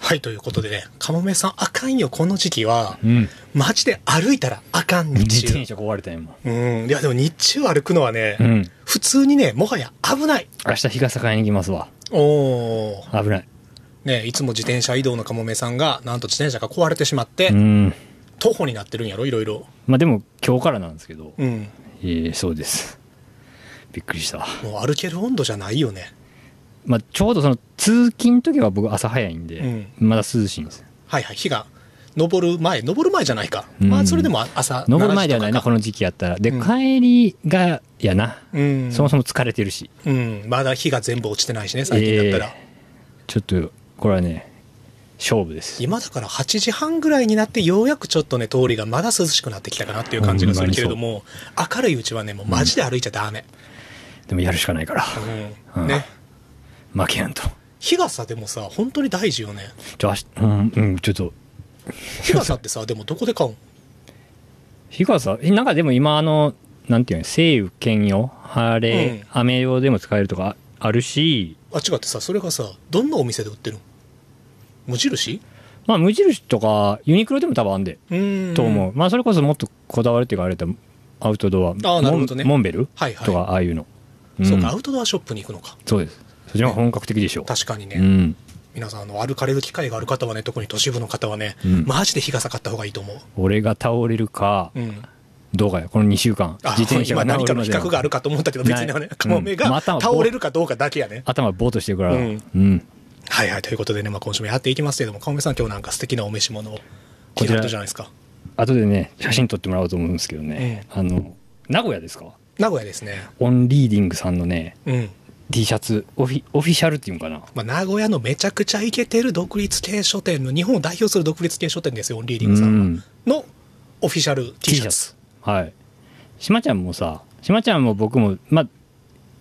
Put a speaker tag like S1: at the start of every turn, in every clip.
S1: はい、ということでね、かもめさん、あかんよ、この時期は。
S2: うん。
S1: マジで歩いたらあかん、日
S2: 自転
S1: 中。
S2: 車壊れたよ、今。
S1: うん。いや、でも日中歩くのはね、
S2: うん。
S1: 普通にね、もはや危ない。
S2: 明日日傘買いに行きますわ。
S1: おー。
S2: 危ない。
S1: ね、いつも自転車移動のかもめさんが、なんと自転車が壊れてしまって、
S2: うん。
S1: 徒歩になってるんやろ、いろいろ。
S2: まあでも、今日からなんですけど。
S1: うん。
S2: えー、そうです。びっくりした。
S1: もう歩ける温度じゃないよね。
S2: まあ、ちょうどその通勤の時は僕朝早いんで、
S1: うん
S2: まだ涼しいんですよ。
S1: はいはい、日が昇る前、昇る前じゃないか。
S2: うん
S1: まあ、それでも朝、
S2: 登る前ではな
S1: 7
S2: いな、
S1: 時と
S2: この時期やったら。で、
S1: うん
S2: 帰りが、やな、
S1: かうん。
S2: そもそも疲れてるし。
S1: うん。まだ日が全部落ちてないしね、最近だったら。
S2: えーちょっと、これはね、勝負です。
S1: 今だから8時半ぐらいになってようやくちょっとね通りがまだ涼しくなってきたかなっていう感じがするけれども明るいうちはねもうマジで歩いちゃダメ、
S2: でもやるしかないから、
S1: うん
S2: うん
S1: ね
S2: 負けやんと。
S1: 日傘でもさ本当に大事よね
S2: ちょ、明日うん、うん、ちょっと、
S1: 日傘って さでもどこで買うん
S2: 日傘、えなんかでも今、あの、なんていうの、晴雨兼用、晴れ、
S1: うん
S2: 雨用でも使えるとかあるし、
S1: あ違ってさそれがさどんなお店で売ってるの無印
S2: まあ、無印とか、ユニクロでも多分あんで。
S1: うーん
S2: と思う、まあそれこそもっとこだわるっていうかあれだとアウトドア
S1: ーなるほどね
S2: モンモンベル、
S1: はいはい
S2: とかああいうの、ん
S1: そうかアウトドアショップに行くのか
S2: そうですそっちの方が本格的でしょう
S1: 確かにね、
S2: うん
S1: 皆さんあの歩かれる機会がある方はね特に都市部の方はね、
S2: うん
S1: マジで日傘買った方がいいと思う
S2: 俺が倒れるか、
S1: うん
S2: どうかよこの2週間
S1: あ
S2: 自転車が
S1: 今何
S2: 倒
S1: かの
S2: れま
S1: 比
S2: では
S1: 較があるかと思ったけど別に
S2: ない
S1: ねカモメが
S2: うんまた
S1: 倒れるかどうかだけやね、
S2: 頭ボーっとしてるから
S1: う
S2: うんん、
S1: はいはいということでね、まあ、今週もやっていきますけれどもカモメさん今日なんか素敵なお召し物を着
S2: こち
S1: ら
S2: ら
S1: れたじゃないですか
S2: 後でね写真撮ってもらおうと思うんですけどね
S1: え、
S2: あの名古屋ですか
S1: 名古屋ですね
S2: オンリーディングさんのね
S1: うん、
S2: T シャツオフィオフィシャルっていうんかな
S1: まあ、名古屋のめちゃくちゃイケてる独立系書店の日本を代表する独立系書店ですよオンリーディングさ
S2: うんん
S1: はのオフィシャル T シャツ
S2: はいしまちゃんもさしまちゃんも僕もまあ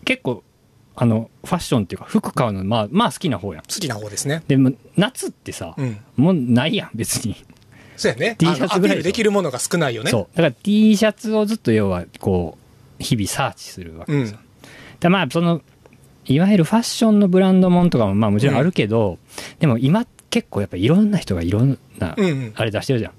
S2: 結構あのファッションっていうか服買うのまあまあ好きな方やん
S1: 好きな方ですね
S2: でも夏ってさ、
S1: うん
S2: もうないやん別に、
S1: そうやね
S2: T シャ
S1: あのア
S2: ツ
S1: ピ
S2: ぐ
S1: ー
S2: らいでしょ
S1: ルできるものが少ないよね
S2: そうだから T シャツをずっと要はこう日々サーチするわけ
S1: う
S2: です
S1: ん
S2: よ、でまあそのいわゆるファッションのブランドもんとかもまあもちろんあるけど、でも今結構やっぱいろんな人がいろんな
S1: うんうん
S2: あれ出してるじゃん、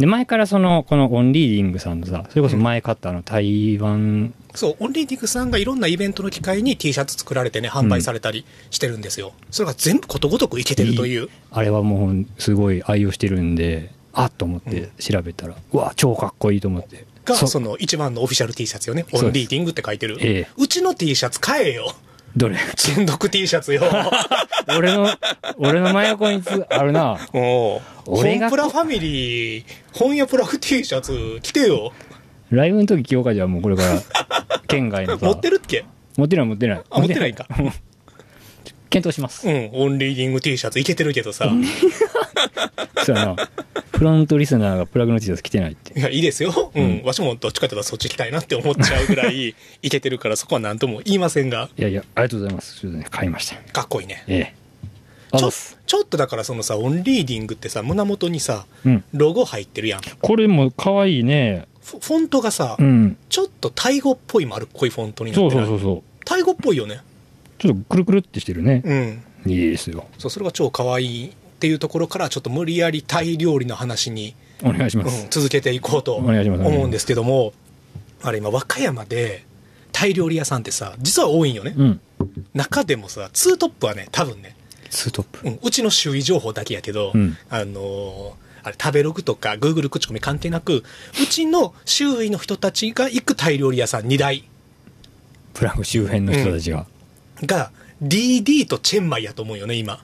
S2: で前からそのこのオンリーディングさんのさそれこそ前買ったあの台湾
S1: そう、オンリーディングさんがいろんなイベントの機会に T シャツ作られてね、販売されたりしてるんですよ。それが全部ことごとくいけてるという。
S2: あれはもうすごい愛用してるんであっと思って調べたら、うわ超かっこいいと思って
S1: が、
S2: そ
S1: その一番のオフィシャル T シャツよね。
S2: うです
S1: オンリーディングって書いてる。
S2: ええ
S1: うちの T シャツ買えよ。
S2: どれ
S1: 純読 T シャツ よ。
S2: 俺の俺の真横につあるな
S1: おう
S2: 俺
S1: 本
S2: が
S1: プラファミリー、本屋プラフ T シャツ着てよ。
S2: ライブの時着ようかじゃあもうこれから県外のさ
S1: 持って
S2: る
S1: るっけ
S2: 持ってない持ってない
S1: あ、持ってないか。
S2: 検討します
S1: うん、オンリーディング T シャツいけてるけどさ。
S2: そうやなフロントリスナーがプラグの T シャツ着てないって
S1: いや、いいですよ。うん。
S2: うん
S1: わしもどっちかというとそっち着たいなって思っちゃうぐらい、いけてるからそこは何とも言いませんが、
S2: いやいやありがとうございますちょっとね買いました
S1: かっこいいね。
S2: ええあ
S1: ち
S2: そ
S1: ょ
S2: うっす
S1: ちょっとだからそのさオンリーディングってさ胸元にさ
S2: うん
S1: ロゴ入ってるやんフ
S2: これも可愛いね
S1: ォフォントがさ、
S2: うん
S1: ちょっとタイ語っぽい丸っこいフォントになっ
S2: そう
S1: てな
S2: そ
S1: いう
S2: そうそう
S1: タイ語っぽいよね
S2: ちょっとくるくるってしてるね
S1: うん
S2: いいですよ
S1: そうそれが超可愛いっていうところからちょっと無理やりタイ料理の話に、
S2: お願いしま
S1: う
S2: す
S1: ん、続けていこうと
S2: お願いします
S1: 思うんですけどもあれ今和歌山でタイ料理屋さんってさ実は多いんよね、
S2: うん
S1: 中でもさツートップはね多分ね
S2: ツートップ
S1: うん、うちの周囲情報だけやけど、
S2: うん
S1: あのーあれ食べログとか Google 口コミ関係なくうちの周囲の人たちが行くタイ料理屋さん2台
S2: プラグ周辺の人たちが、
S1: が DD とチェンマイやと思うよね今、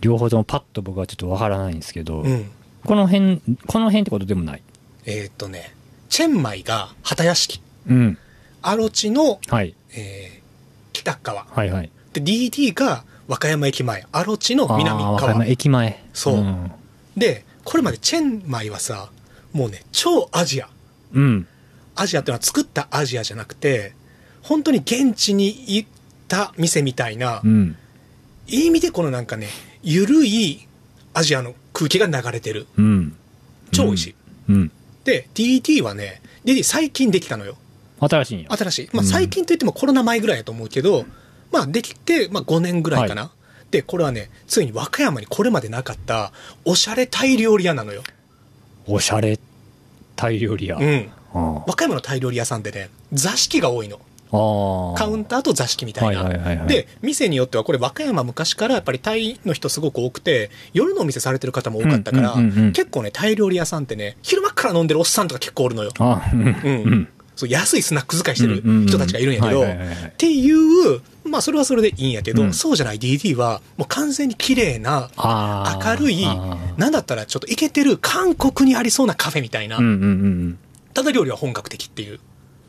S2: 両方ともパッと僕はちょっとわからないんですけど、
S1: うん、
S2: この辺この辺ってことでもない
S1: えーっとねチェンマイが旗屋敷
S2: うん
S1: アロチの、
S2: はい
S1: えー北川
S2: はいはい
S1: で DD が和歌山駅前アロチの南
S2: あー和歌
S1: 川
S2: 山駅前、
S1: そうんでこれまでチェンマイはさもうね超アジア
S2: うん、
S1: アジアっていうのは作ったアジアじゃなくて本当に現地に行った店みたいな、
S2: うん、
S1: いい意味でこのなんかねゆるいアジアの空気が流れてる
S2: うん。
S1: 超美味しい、
S2: うん。
S1: で DT はね DT 最近できたのよ
S2: 新しいんや。
S1: 新しい、まあ、
S2: うん
S1: 最近といってもコロナ前ぐらいやと思うけど、まあできて、まあ、5年ぐらいかな、って、これはね、ついに和歌山にこれまでなかった、おしゃれタイ料理屋なのよ。
S2: おしゃれタイ料理屋、
S1: う
S2: あ
S1: ん。
S2: あ
S1: 和歌山のタイ料理屋さんでね、座敷が多いの。
S2: ああ
S1: カウンターと座敷みたいな。
S2: はいはいはいはい
S1: で、店によっては、これ和歌山昔からやっぱりタイの人すごく多くて、夜のお店されてる方も多かったから、
S2: うんうんうんうん
S1: 結構ね、タイ料理屋さんってね、昼間っから飲んでるおっさんとか結構おるのよ。
S2: あうん
S1: うん。
S2: うん
S1: そう安いスナック使いしてる人たちがいるんやけど、
S2: うはいはいはいはい
S1: っていう、まあそれはそれでいいんやけど、
S2: うん
S1: そうじゃない DD は、もう完全に綺麗な、
S2: あー
S1: 明るい
S2: あ、
S1: なんだったらちょっとイケてる韓国にありそうなカフェみたいな、
S2: ーうんうんうんうん
S1: ただ料理は本格的っていう。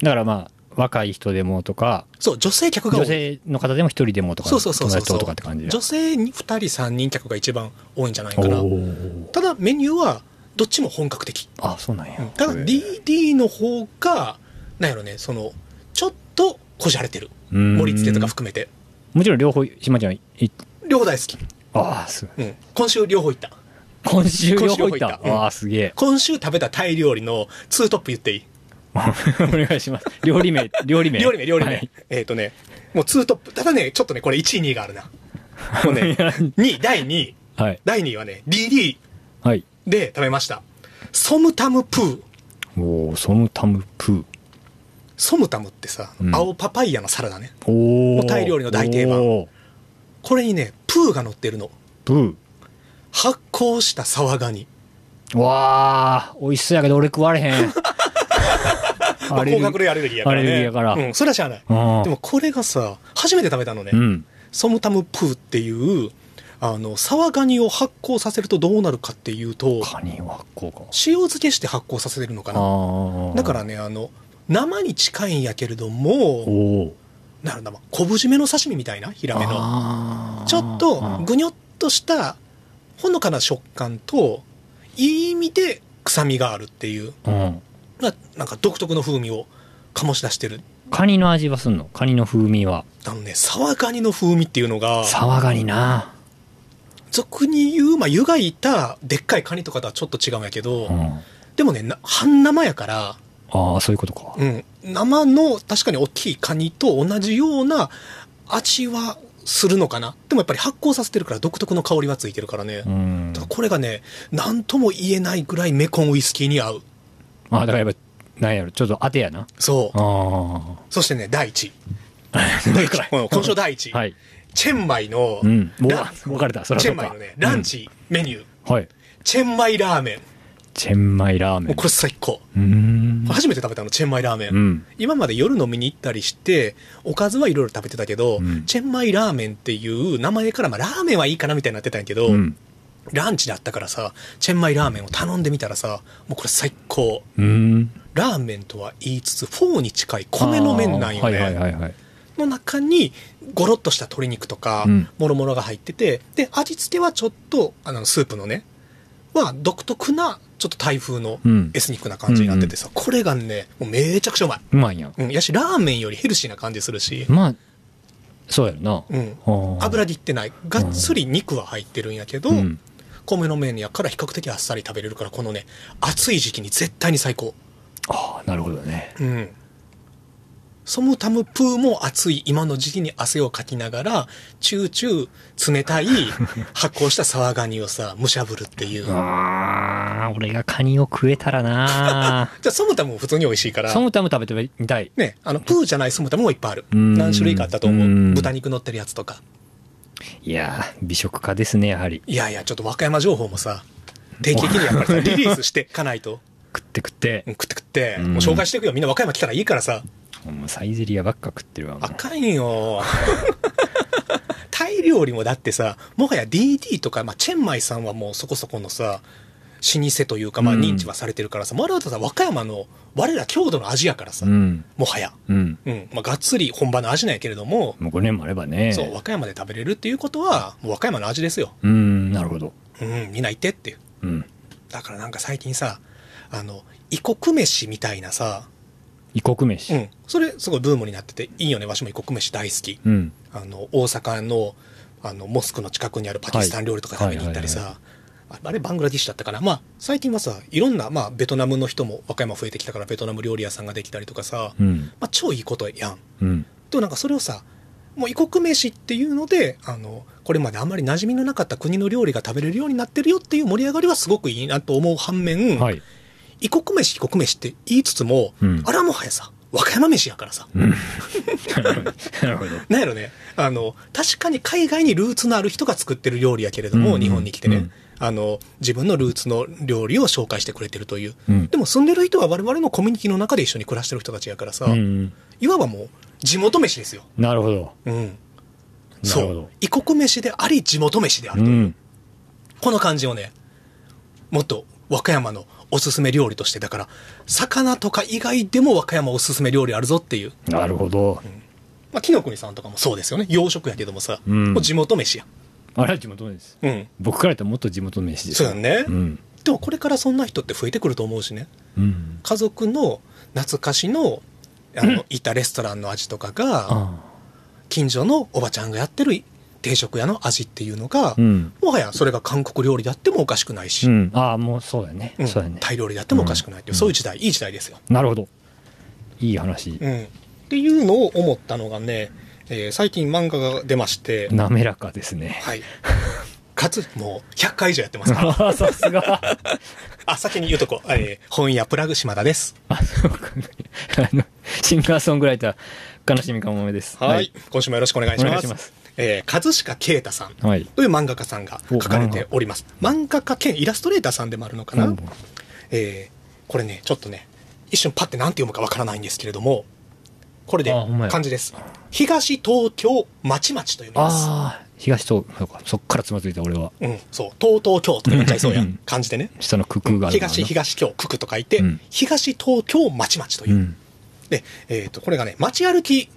S2: だからまあ若い人でもとか
S1: そう、女性客が多
S2: 女
S1: い。
S2: 性の方でも一人でもとか
S1: そうそうそうそう
S2: 友達ととかって感じだ
S1: 女性に2人3人客が一番多いんじゃないかな
S2: おー
S1: ただメニューはどっちも本格的
S2: あそうなんや
S1: ただ
S2: へー
S1: DD の方がなんやろねそのちょっとこじゃれてる
S2: うん
S1: 盛り付けとか含めて
S2: もちろん両方島ちゃんい
S1: 両方大好き、
S2: ああすごい
S1: うん、今週両方行った
S2: 今週
S1: 今
S2: 両
S1: 週両
S2: 方
S1: 方行
S2: 行っ
S1: った
S2: た
S1: うん
S2: ああすげえ
S1: 今週食べたタイ料理のツートップ言っていい
S2: お願いします料理名料理名
S1: 料理名料理名、
S2: はい
S1: えっ、とねもうツートップただねちょっとねこれ1位2位があるなもう ね2位第2位
S2: はい
S1: 第2位はね DD
S2: はい
S1: で食べましたソムタムプー
S2: おおソムタムプ
S1: ソムタムってさ、
S2: うん
S1: 青パパイヤのサラダね
S2: ーおお
S1: タイ料理の大定番
S2: おー
S1: これにねプーが乗ってるの
S2: プ
S1: 発酵したサワ ガニ
S2: ーわあ美味しそうやけど俺食 われへん
S1: まあ、高学類アレルギーやからね
S2: アレルギーやから
S1: うん、それはしゃあない
S2: あー
S1: でもこれがさ初めて食べたのね、
S2: うん
S1: ソムタムプーっていうあのサワガニを発酵させるとどうなるかっていうと
S2: カニはこうか
S1: 塩漬けして発酵させてるのかな
S2: ああ
S1: だからねあの生に近いんやけれども
S2: おお
S1: なるほどな昆布締めの刺身みたいなヒラメの
S2: あー
S1: ちょっとぐにょっとしたほのかな食感といい意味で臭みがあるっていう
S2: うん
S1: ななんか独特の風味を醸し出してる
S2: カニの味はすんのカニの風味は
S1: あのねサワガニの風味っていうのが
S2: サワガニな
S1: 俗に言う、まあ、湯がいたでっかいカニとかとはちょっと違うんやけど、
S2: うんあ
S1: でもねな半生やから、
S2: あそういうことか
S1: うん、生の確かに大きいカニと同じような味はするのかなでもやっぱり発酵させてるから独特の香りはついてるからね、
S2: うん
S1: だからこれがね何とも言えないぐらいメコンウイスキーに合う
S2: あだからやっぱなんやろちょっと当てやな
S1: そう
S2: あ あ
S1: そしてね第1位第一位うん今週第1位、
S2: はい
S1: チェンマイの、
S2: うんう
S1: ラ
S2: わ分かれたそら
S1: チ
S2: そ
S1: ェ
S2: う
S1: ンマイ
S2: か
S1: のね、ランチ、メニュー、
S2: はい
S1: チェンマイラーメン。
S2: チェンマイラーメ
S1: も
S2: ン
S1: うこれ最高。
S2: うーん
S1: 初めて食べたの、チェンマイラーメン。
S2: うん
S1: 今まで夜飲みに行ったりして、おかずはいろいろ食べてたけど、
S2: うん
S1: チェンマイラーメンっていう名前から、まあラーメンはいいかなみたいになってたんやけど、
S2: うん
S1: ランチだったからさ、チェンマイラーメンを頼んでみたらさ、もうこれ最高。
S2: うん
S1: ラーメンとは言いつつ、フォーに近い米の麺なんよね。
S2: はいはいはいはい
S1: の中にゴロッとした鶏肉とか
S2: うん
S1: もろもろが入ってて、で味付けはちょっとあのスープのねは独特なちょっと台風の
S2: うん
S1: エスニックな感じになっててさ、これがねもうめちゃくちゃうまい、
S2: うまいやん
S1: うん、やしラーメンよりヘルシーな感じするし、
S2: まあそうやろな
S1: うん、
S2: あー
S1: 油切ってないがっつり肉は入ってるんやけど、
S2: うん
S1: 米の麺やから比較的あっさり食べれるからこのね暑い時期に絶対に最高
S2: ああなるほどね
S1: うん。ソムタムプーも暑い今の時期に汗をかきながら、チューチュー冷たい発酵したサワガニをさ、むしゃぶるっていう。じゃ
S2: あー俺がカニを食えた らな
S1: あソムタムも普通に美味しいから
S2: ソ、ムタム食べてみたい
S1: ね、あの、プーじゃないソムタムもいっぱいある。
S2: うん
S1: 何種類かあったと思
S2: う
S1: う。
S2: ん
S1: 豚肉乗ってるやつとか。
S2: いやー美食家ですねやはり
S1: いやいや、ちょっと和歌山情報もさ、定期的にやっぱり さ、リリースしていかないと。
S2: 食って食って
S1: うん食って食って、
S2: うん
S1: もう紹介していくよ。みんな和歌山来たらいいからさ。
S2: もうサイゼリアばっか食ってるわもう
S1: あかんよ。 タイ料理もだってさ、もはや DD とか、まあ、チェンマイさんはもうそこそこのさ、老舗というか、まあ、
S2: うん
S1: 認知はされてるからさ、まだまださ、和歌山の、我ら郷土の味やからさ、
S2: うん
S1: もはや。
S2: うん
S1: うん。まあ、がっつり本場の味なんやけれども、
S2: もう5年もあればね
S1: そう、和歌山で食べれるっていうことは、もう和歌山の味ですよ。
S2: うんなるほど
S1: うん、みんな行ってっていう。
S2: うん
S1: だからなんか最近さ、あの、異国飯みたいなさ、
S2: 異国飯
S1: うん。それ、すごいブームになってて、いいよね。わしも異国飯大好き。
S2: うん
S1: あの大阪のあのモスクの近くにあるパキスタン料理とか食べに行ったり
S2: はい
S1: さああれバングラディッシュだったかなまあ最近はさいろんな、まあ、ベトナムの人も和歌山増えてきたからベトナム料理屋さんができたりとかさ、
S2: うん
S1: まあ、超いいことやん
S2: うん
S1: でもなんかそれをさもう異国飯っていうのであのこれまであまり馴染みのなかった国の料理が食べれるようになってるよっていう盛り上がりはすごくいいなと思う反面、
S2: はい。
S1: 異国飯異国飯って言いつつも、
S2: うん
S1: あらもはやさ和歌山飯やからさ、
S2: なるほど。
S1: なんやろねあの確かに海外にルーツのある人が作ってる料理やけれど
S2: うん
S1: も、
S2: うん
S1: 日本に来てね、
S2: うん
S1: あの自分のルーツの料理を紹介してくれてるという、
S2: うん
S1: でも住んでる人は我々のコミュニティの中で一緒に暮らしてる人たちやからさ、
S2: うんうん。
S1: いわばもう地元飯ですよ、
S2: なるほど。
S1: うん、
S2: な
S1: そ
S2: るほど
S1: う異国飯であり地元飯である
S2: う
S1: という、
S2: ん。
S1: この感じをねもっと和歌山のおすすめ料理としてだから魚とか以外でも和歌山おすすめ料理あるぞっていう
S2: なるほど。
S1: まあ、木の国さんとかもそうですよね。洋食やけどもさ、
S2: うん
S1: もう地元飯や。
S2: あれは地元です。
S1: うん。
S2: 僕から言ったらもっと地元飯です
S1: そう
S2: よ。
S1: やんね、
S2: うん。
S1: でもこれからそんな人って増えてくると思うしね。
S2: うん。
S1: 家族の懐かしの、あの、いたレストランの味とかが、
S2: あ
S1: 近所のおばちゃんがやってる定食屋の味っていうのが、
S2: あ。うん。
S1: もはやそれが韓国料理であってもおかしくないし、
S2: うん。ああ、もうそうだね
S1: う。ん
S2: そうだね。
S1: タイ料理であってもおかしくないっていう、
S2: うん
S1: そういう時代、いい時代ですよ。
S2: なるほど。いい話。
S1: うん。っていうのを思ったのがね、えー最近漫画が出まして、
S2: 滑らかですね。
S1: はい。 かつ、もう100回以上やって ますから。
S2: ああ、さすが。
S1: あ、先に言うとこ、えー本屋プラグ島田です。
S2: あ、そうか。あの、シンガーソングライター、悲しみかもめです。
S1: はい、。今週もよろしくお願いし
S2: お願
S1: ま
S2: い
S1: す。
S2: します
S1: えー、葛飾啓太さん
S2: はい。
S1: という漫画家さんが書かれております。漫画家兼イラストレーターさんでもあるのかな、
S2: うん
S1: えーこれね、ちょっとね、一瞬パッて何て読むかわからないんですけれども、これで
S2: あほんまや
S1: 漢字です。東東京町々と読みます。
S2: ああ、東東、そうか、そっからつまずいた俺は。
S1: うん、そう、東東京とか言っちゃいそうや
S2: うん
S1: ん。漢字でね。
S2: 下の空空があるからな
S1: 東東京区区と書いて、
S2: うん
S1: 東東京町々というう。
S2: ん。
S1: で、えっ、と、これがね、街歩き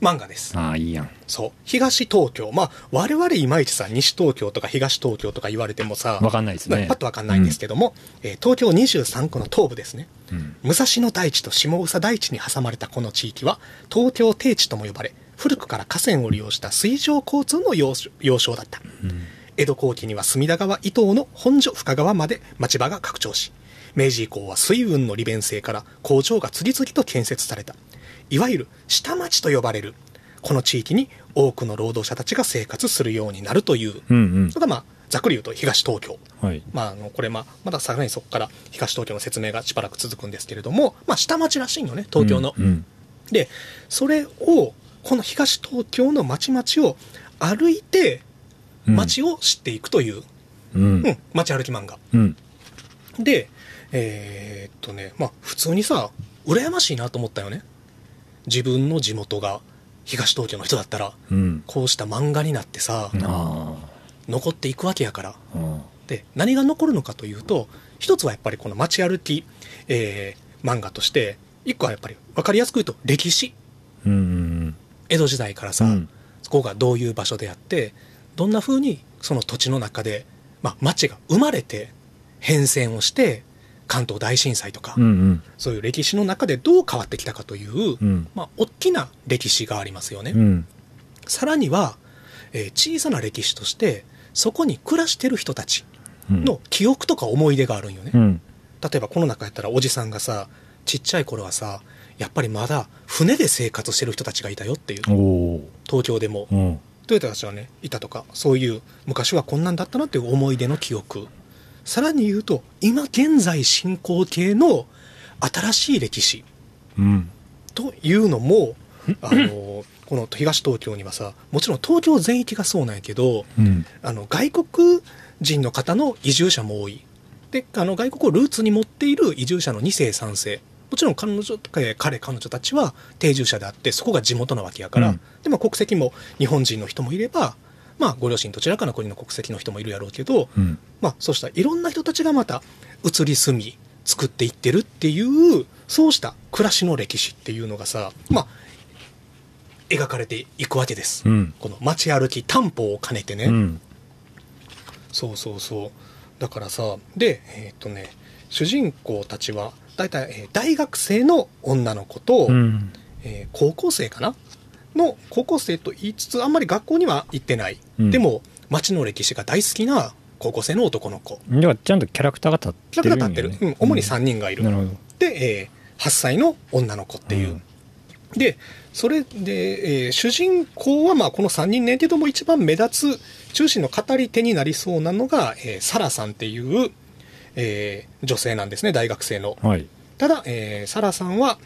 S1: 漫画です。
S2: ああ、いいやん。
S1: そう。東東京。まあ、我々いまいちさ、西東京とか東東京とか言われてもさ、
S2: わかんないですね
S1: パッとわかんないんですけども、えー東京23区の東部ですね。
S2: うん。
S1: 武蔵野台地と下宇佐台地に挟まれたこの地域は、東京低地とも呼ばれ、古くから河川を利用した水上交通の要所要衝だった。
S2: うん
S1: 江戸後期には隅田川伊東の本所深川まで町場が拡張し明治以降は水運の利便性から工場が次々と建設されたいわゆる下町と呼ばれるこの地域に多くの労働者たちが生活するようになるという
S2: うんうん
S1: のがまあざっくり言うと東東京
S2: はい。
S1: まあ、あのこれ、まあ、まださらにそこから東東京の説明がしばらく続くんですけれども、まあ、下町らしいよね東京の、
S2: うんうん。
S1: でそれをこの東東京の町々を歩いて
S2: うん
S1: 街を知っていくという、
S2: うん
S1: うん、街歩き漫画。
S2: うん。
S1: で、えーっとね、まあ、普通にさ、羨ましいなと思ったよね。自分の地元が東東京の人だったら、
S2: うん。
S1: こうした漫画になってさ、
S2: あ
S1: 残っていくわけやから。
S2: あうん。
S1: で、何が残るのかというと、一つはやっぱりこの街歩き、えー漫画として、一個はやっぱり分かりやすく言うと歴史。
S2: うんうん
S1: 江戸時代からさ、
S2: うん
S1: そこがどういう場所であってどんな風にその土地の中で、まあ、町が生まれて変遷をして関東大震災とか、
S2: うん。うん
S1: そういう歴史の中でどう変わってきたかという、
S2: うん。うん。
S1: まあ、大きな歴史がありますよね。
S2: うん。
S1: さらには、えー小さな歴史としてそこに暮らしてる人たち
S2: うん。
S1: の記憶とか思い出があるんよね。
S2: うん。
S1: 例えばこの中やったらおじさんがさちっちゃい頃はさやっぱりまだ船で生活してる人たちがいたよっていう
S2: おお
S1: 東京でも
S2: ー。うん。
S1: トヨタたちはねいたとかそういう昔はこんなんだったなという思い出の記憶さらに言うと今現在進行形の新しい歴史
S2: うん。
S1: というのもあのこの東東京にはさもちろん東京全域がそうなんやけど
S2: うん。
S1: あの外国人の方の移住者も多いであの外国をルーツに持っている移住者の2世3世もちろん彼女とかえー彼彼女たちは定住者であってそこが地元なわけやから、
S2: うん
S1: でまあ国籍も日本人の人もいれば、まあ、ご両親どちらかの国の国籍の人もいるやろうけど、
S2: うん。
S1: まあ、そうしたいろんな人たちがまた移り住み作っていってるっていうそうした暮らしの歴史っていうのがさ、まあ、描かれていくわけです。
S2: うん。
S1: この街歩き担保を兼ねてね、
S2: うん。
S1: そうそうそうだからさでえーっ、とね主人公たちは大体、えー大学生の女の子と、
S2: うん。
S1: えー高校生かなの高校生と言いつつあんまり学校には行ってない、
S2: うん
S1: でも街の歴史が大好きな高校生の男の子
S2: だからちゃんとキャラクターが立って
S1: キャ
S2: る
S1: ラ
S2: ん
S1: クタ
S2: や
S1: ー
S2: ね。
S1: 立ってる、うん主に3人がいる、
S2: なるほど。
S1: で、えー8歳の女の子っていう、
S2: うん
S1: で、それで、えー主人公はまあこの3人ねんけども一番目立つ中心の語り手になりそうなのが、えーサラさんっていう、えー女性なんですね、大学生の。
S2: はい。
S1: ただ、えーサラさんは、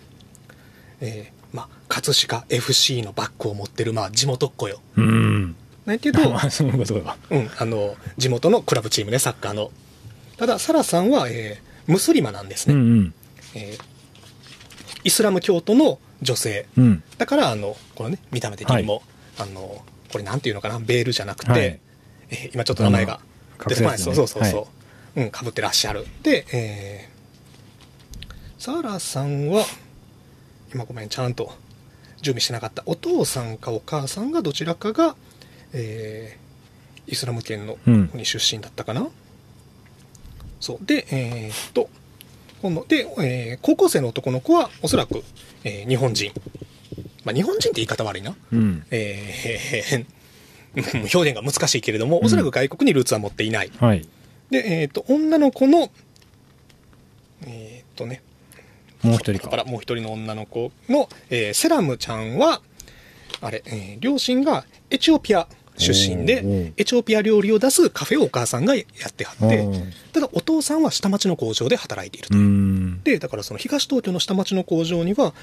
S1: えーまあ、葛飾 FC のバッグを持ってる、まあ、地元っ子よ。
S2: うん。
S1: なんやけ ど、
S2: あ、そういうことだ。
S1: うん、あの、地元のクラブチームね、サッカーの。ただ、サラさんは、えームスリマなんです
S2: う
S1: ね、
S2: んうん。
S1: えーイスラム教徒の女性。
S2: うん。
S1: だから、あの、このね、見た目的にも、あの、これなんていうのかな、ベールじゃなくて、
S2: はい
S1: えー今ちょっと名前が
S2: あの
S1: 出てこない、
S2: 隠す
S1: そ
S2: や
S1: う
S2: つね
S1: そうそうそう、うん、かぶってらっしゃる。で、えーサラさんは、今ごめん、ちゃんと準備してなかった。お父さんかお母さんがどちらかが、えーイスラム圏の
S2: うん
S1: 国出身だったかな。そう。で、えーっと、今度、で、えー高校生の男の子は、おそらく、えー日本人。まあ、日本人って言い方悪いな。
S2: うん。
S1: えー 表現が難しいけれども、
S2: うん
S1: おそらく外国にルーツは持っていない。
S2: はい。
S1: で、えーっと、女の子の、えーっとね、
S2: もう一人
S1: か
S2: か。
S1: らもう一人の女の子の、えーセラムちゃんは、あれ、えー両親がエチオピア出身
S2: おーお
S1: で
S2: ー、
S1: エチオピア料理を出すカフェをお母さんがやってはって
S2: おー、
S1: ただお父さんは下町の工場で働いていると。
S2: うん。
S1: で、だからその東東京の下町の工場には、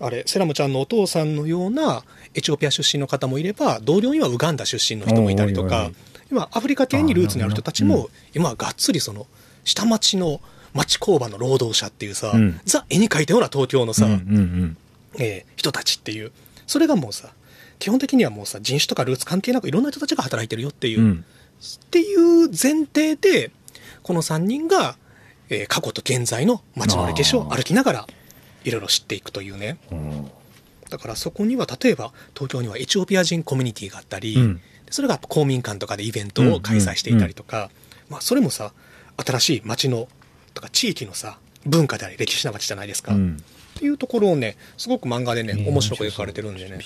S1: あれ、セラムちゃんのお父さんのようなエチオピア出身の方もいれば、同僚にはウガンダ出身の人もいたりと
S2: おーおいお
S1: か
S2: いおい、
S1: 今、アフリカ系にルーツにある人たち
S2: あーな
S1: も、今はがっつりその、下町の町工場の労働者っていうさ、
S2: うん
S1: ザ・絵に描いたような東京のさ、
S2: うんうん
S1: えー人たちっていう、それがもうさ、基本的にはもうさ、人種とかルーツ関係なくいろんな人たちが働いてるよっていう、
S2: うん。う
S1: っ
S2: ん。
S1: ていう前提で、この3人が、えー過去と現在の街の歴史を
S2: あー
S1: 歩きながら、いろいろ知っていくというね。
S2: うん
S1: だからそこには例えば東京にはエチオピア人コミュニティがあったり、
S2: うん
S1: それが公民館とかでイベントを開催していたりとか、まあ、それもさ新しい町のとか地域のさ文化であり歴史な街じゃないですか、っ
S2: うん。
S1: ていうところをねすごく漫画でね面白く描かれてるんでね、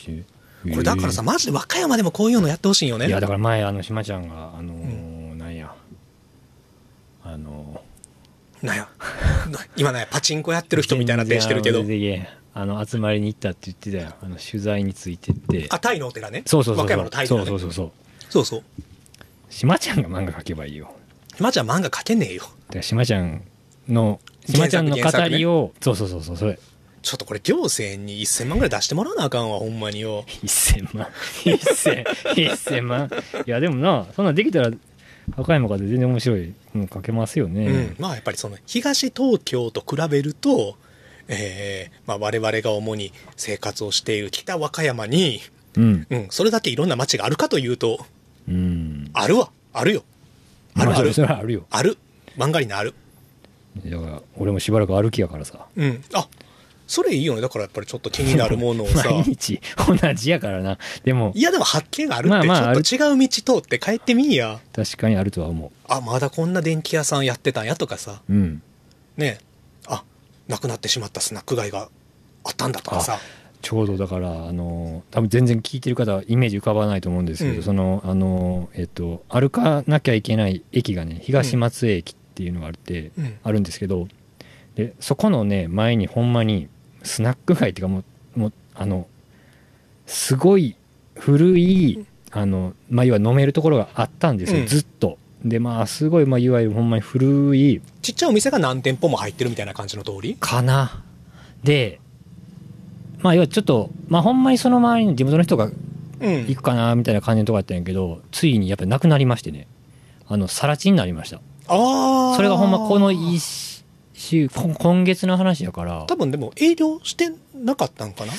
S1: これだからさマジで和歌山でもこういうのやってほしいよね
S2: いやだから前あの島ちゃんがあのーなんやあの
S1: なんや今ねパチンコやって
S2: て
S1: る人みたいな手してるけど
S2: あの集まりに行ったって言ってたよあの取材についてって
S1: あタイのお寺ね
S2: そうそうそ
S1: 和
S2: う
S1: 歌
S2: そ
S1: 山のタ
S2: う
S1: イの
S2: そ
S1: ね
S2: うそうそうそ
S1: そ
S2: う
S1: うそう
S2: 島ちゃんが漫画描けばいいよ
S1: まあじゃあ漫画描けねえよ
S2: だから島ちゃんの島ちゃんの語りをそうそうそうそうそれ
S1: ちょっとこれ行政に1000万ぐらい出してもらわなあかんわほんまによ
S2: 1000万1000 1000万いやでもなそんなんできたら和歌山から全然面白いの描けますよ
S1: うん
S2: ね、
S1: まあやっぱりその東東京と比べると、えーまあ、我々が主に生活をしている北和歌山に、
S2: うん
S1: うん、それだけいろんな町があるかというと
S2: うん
S1: あるわあるよある
S2: ま
S1: ある
S2: それはあるよ
S1: ある漫画になる
S2: だから俺もしばらく歩きやからさ
S1: うんあそれいいよねだからやっぱりちょっと気になるもの をさ
S2: 毎日同じやからなでも
S1: いやでも発見があるって、
S2: まあまあ
S1: ちょっと違う道通って帰ってみいや
S2: 確かにあるとは思
S1: あまだこんな電気屋さんやってたんやとかさ
S2: ううん
S1: ねあなくなってしまったスナック街があったんだとかさ
S2: ちょうどだからあの多分全然聞いてる方はイメージ浮かばないと思うんですけど、
S1: うん
S2: そのあのえっと歩かなきゃいけない駅がね東松江駅っていうのがあって、
S1: うん
S2: あるんですけどでそこのね前にほんまにスナック街っていうかもうもうあのすごい古いあの、まあ、要は飲めるところがあったんですよ、
S1: うん
S2: ずっと。でまあすごい、まあ、いわゆるほんまに古い
S1: ちっちゃいお店が何店舗も入ってるみたいな感じの通り
S2: かなでまあ要はちょっと、まあ、ほんまにその周りに地元の人が
S1: うん
S2: 行くかなみたいな感じのとこやったんやけどついにやっぱりなくなりましてねあの更地になりました
S1: ああ
S2: それがほんまこの一週こ今月の話やから
S1: 多分でも営業してなかったんかな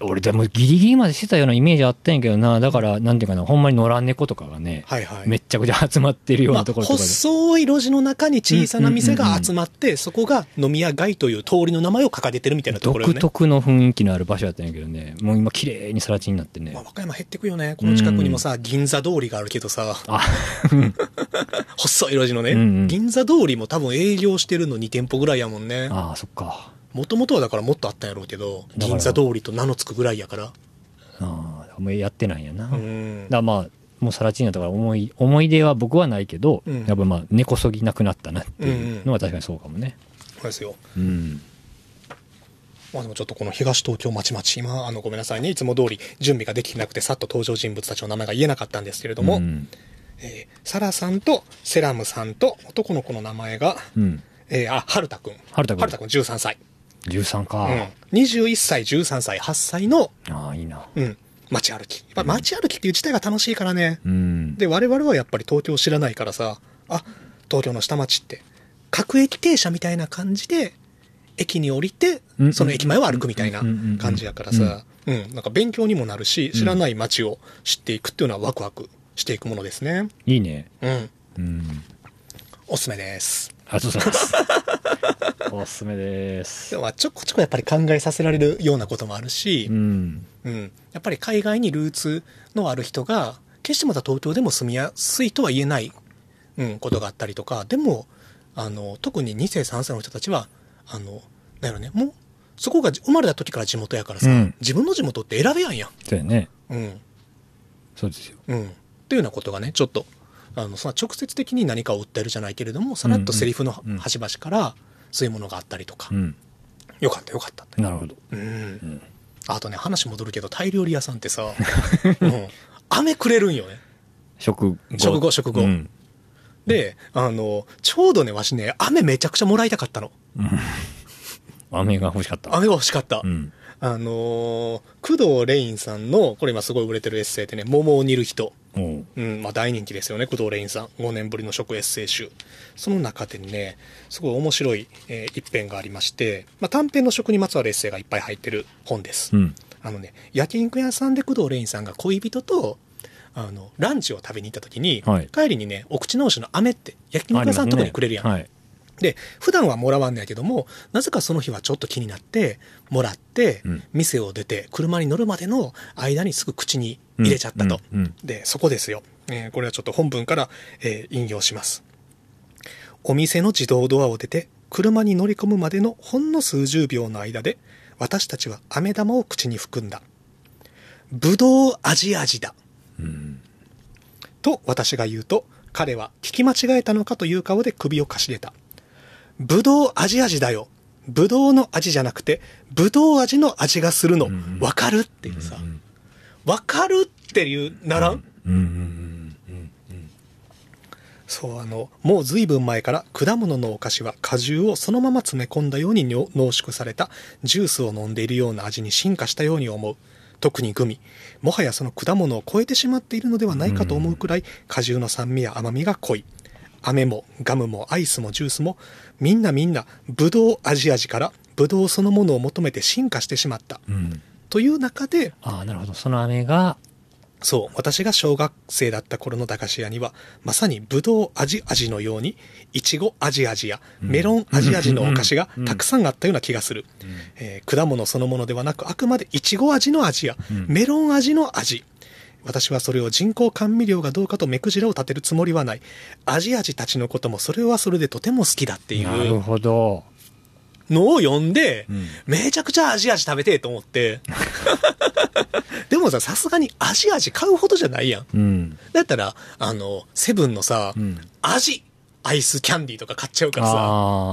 S2: 俺でもギリギリまでしてたようなイメージあったんやけどなだからなんていうかなほんまに野良猫とかがね、
S1: はいはい
S2: めっちゃくちゃ集まってるよう
S1: ま
S2: な
S1: あ
S2: ところとかで、
S1: 細い路地の中に小さな店が集まって、そこが飲み屋街という通りの名前を掲げてるみたいなところよ
S2: 独
S1: ね、
S2: 特の雰囲気のある場所やったんやけどねもう今綺麗に更地になってね、
S1: まあ、和歌山減ってくよねこの近くにもさ、銀座通りがあるけどさ
S2: あ
S1: 細い路地のね、
S2: うんうん
S1: 銀座通りも多分営業してるの2店舗ぐらいやもんね
S2: ああそっか
S1: もともとはだからもっとあったんやろうけど
S2: だから
S1: 銀座通りと名の付くぐらいやから
S2: ああもうやってないんやな、
S1: う
S2: だか
S1: ん
S2: らまあもう更地になったから思い思い出は僕はないけど、
S1: うん
S2: やっぱまあ根こそぎなくなったなっていうのは確かにそうかもね
S1: そうですよ
S2: うん、
S1: まあでもちょっとこの東東京まちまち、今、あの、ごめんなさいね、いつも通り準備ができてなくて、さっと登場人物たちの名前が言えなかったんですけれども、
S2: うん
S1: えーサラさんとセラムさんと男の子の名前が、
S2: うん、
S1: えーあ、はるたくん。
S2: 春田君
S1: はるたくん13歳。
S2: 13か、
S1: うん。21歳、13歳、8歳の、
S2: ああいいな
S1: うん、街歩き。やっぱ街歩きっていう自体が楽しいからね。
S2: うん
S1: で、我々はやっぱり東京を知らないからさ、あ、東京の下町って、各駅停車みたいな感じで、駅に降りて
S2: う、ん
S1: その駅前を歩くみたいな
S2: うんうんうんうん
S1: 感じやからさ、うん、なんか勉強にもなるし、知らない街を知っていくっていうのはワクワクしていくものですね。
S2: いいね
S1: うん、
S2: うん
S1: おすすめです。
S2: ありがとうございます おすすめです
S1: 今日はちょこちょこやっぱり考えさせられるようなこともあるし
S2: う、ん
S1: うん、やっぱり海外にルーツのある人が決してまた東京でも住みやすいとは言えない、うん、ことがあったりとかでもあの特に2世3世の人たちはあのなんやろねもうそこが生まれた時から地元やからさ、
S2: うん
S1: 自分の地元って選べやんや
S2: そうやね
S1: ん。うん
S2: そうですよ
S1: うん、っていうようなことがねちょっとあのそんな直接的に何かを訴えるじゃないけれどもさらっとセリフの
S2: うんうん
S1: 端々からそういうものがあったりとか、
S2: うん
S1: よかったよかったって。
S2: なるほど
S1: うん
S2: ん
S1: あとね話戻るけどタイ料理屋さんってさ、 うん、飴くれるんよね
S2: 食後
S1: 食後食後
S2: うん
S1: であのちょうどねわしね飴めちゃくちゃもらいたかったの
S2: うん飴が欲しかった
S1: 飴が欲しかった、
S2: うん
S1: あのー工藤レインさんのこれ今すごい売れてるエッセイでね「桃を煮る人」
S2: おう
S1: うんまあ、大人気ですよね工藤レインさん5年ぶりの食エッセイ集その中でねすごい面白い、えー一編がありまして、まあ、短編の食にまつわるエッセイがいっぱい入ってる本です、
S2: うん
S1: あのね焼肉屋さんで工藤レインさんが恋人とあのランチを食べに行った時に、
S2: はい
S1: 帰りにねお口直しの飴って焼肉
S2: あり
S1: 屋
S2: ます
S1: さん
S2: ね
S1: のとこにくれるやん、
S2: はい
S1: で普段はもらわんねやけどもなぜかその日はちょっと気になってもらって、
S2: うん
S1: 店を出て車に乗るまでの間にすぐ口に入れちゃったと、
S2: うんうん
S1: でそこですよ、えーこれはちょっと本文から、えー引用しますお店の自動ドアを出て車に乗り込むまでのほんの数十秒の間で私たちは飴玉を口に含んだぶどう味味だ
S2: うん
S1: と私が言うと彼は聞き間違えたのかという顔で首をかしげたぶどう味味だよぶどうの味じゃなくてぶどう味の味がするの
S2: ん
S1: わかるっていうさ
S2: うん
S1: わかるっていうならん、
S2: うんうんうんうん
S1: そうあのもうずいぶん前から果物のお菓子は果汁をそのまま詰め込んだようににょ濃縮されたジュースを飲んでいるような味に進化したように思う特にグミもはやその果物を超えてしまっているのではないかと思うくらい果汁の酸味や甘みが濃い飴もガムもアイスもジュースもみんなみんなブドウ味味からブドウそのものを求めて進化してしまった
S2: うんうん
S1: という中で
S2: ああなるほどその飴が
S1: そう、私が小学生だった頃の駄菓子屋には、まさにぶどう味味のように、いちご味味やメロン味味のお菓子が
S2: うん
S1: たくさんあったような気がする。えー果物そのものではなく、あくまでいちご味の味や
S2: うん
S1: メロン味の味。私はそれを人工甘味料がどうかと目くじらを立てるつもりはない。味味たちのこともそれはそれでとても好きだってい
S2: なる
S1: う
S2: ほど
S1: のを読んで、
S2: うん
S1: めちゃくちゃ味味食べてえと思 って。でもさ、さすがに味味買うほどじゃないやん。
S2: うん
S1: だったら、あの、セブンのさ、
S2: うん
S1: 味、アイスキャンディーとか買っちゃうからさ、
S2: あ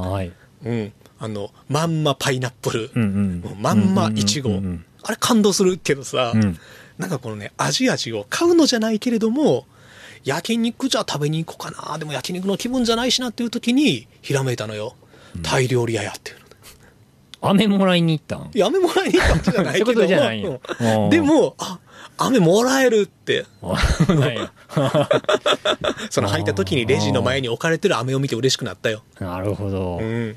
S2: あーはい
S1: うん。あの、まんまパイナップル、
S2: うん
S1: も
S2: う
S1: うんまんまイチ
S2: う
S1: ゴ
S2: んうん。
S1: あれ感動するけどさ、
S2: うん
S1: なんかこのね、味味を買うのじゃないけれども、焼肉じゃ食べに行こうかな、でも焼肉の気分じゃないしなっていう時に、ひらめいたのよ。タイ料理屋やっていうの。
S2: 飴もらいに行ったん
S1: いや飴もらいに行ったことじゃないけど
S2: そういうことじゃないよ
S1: うん
S2: うん
S1: でも、あ、飴もらえるって。
S2: あそうなんや
S1: その入った時にレジの前に置かれてる飴を見て嬉しくなったよ。
S2: なるほど
S1: うん。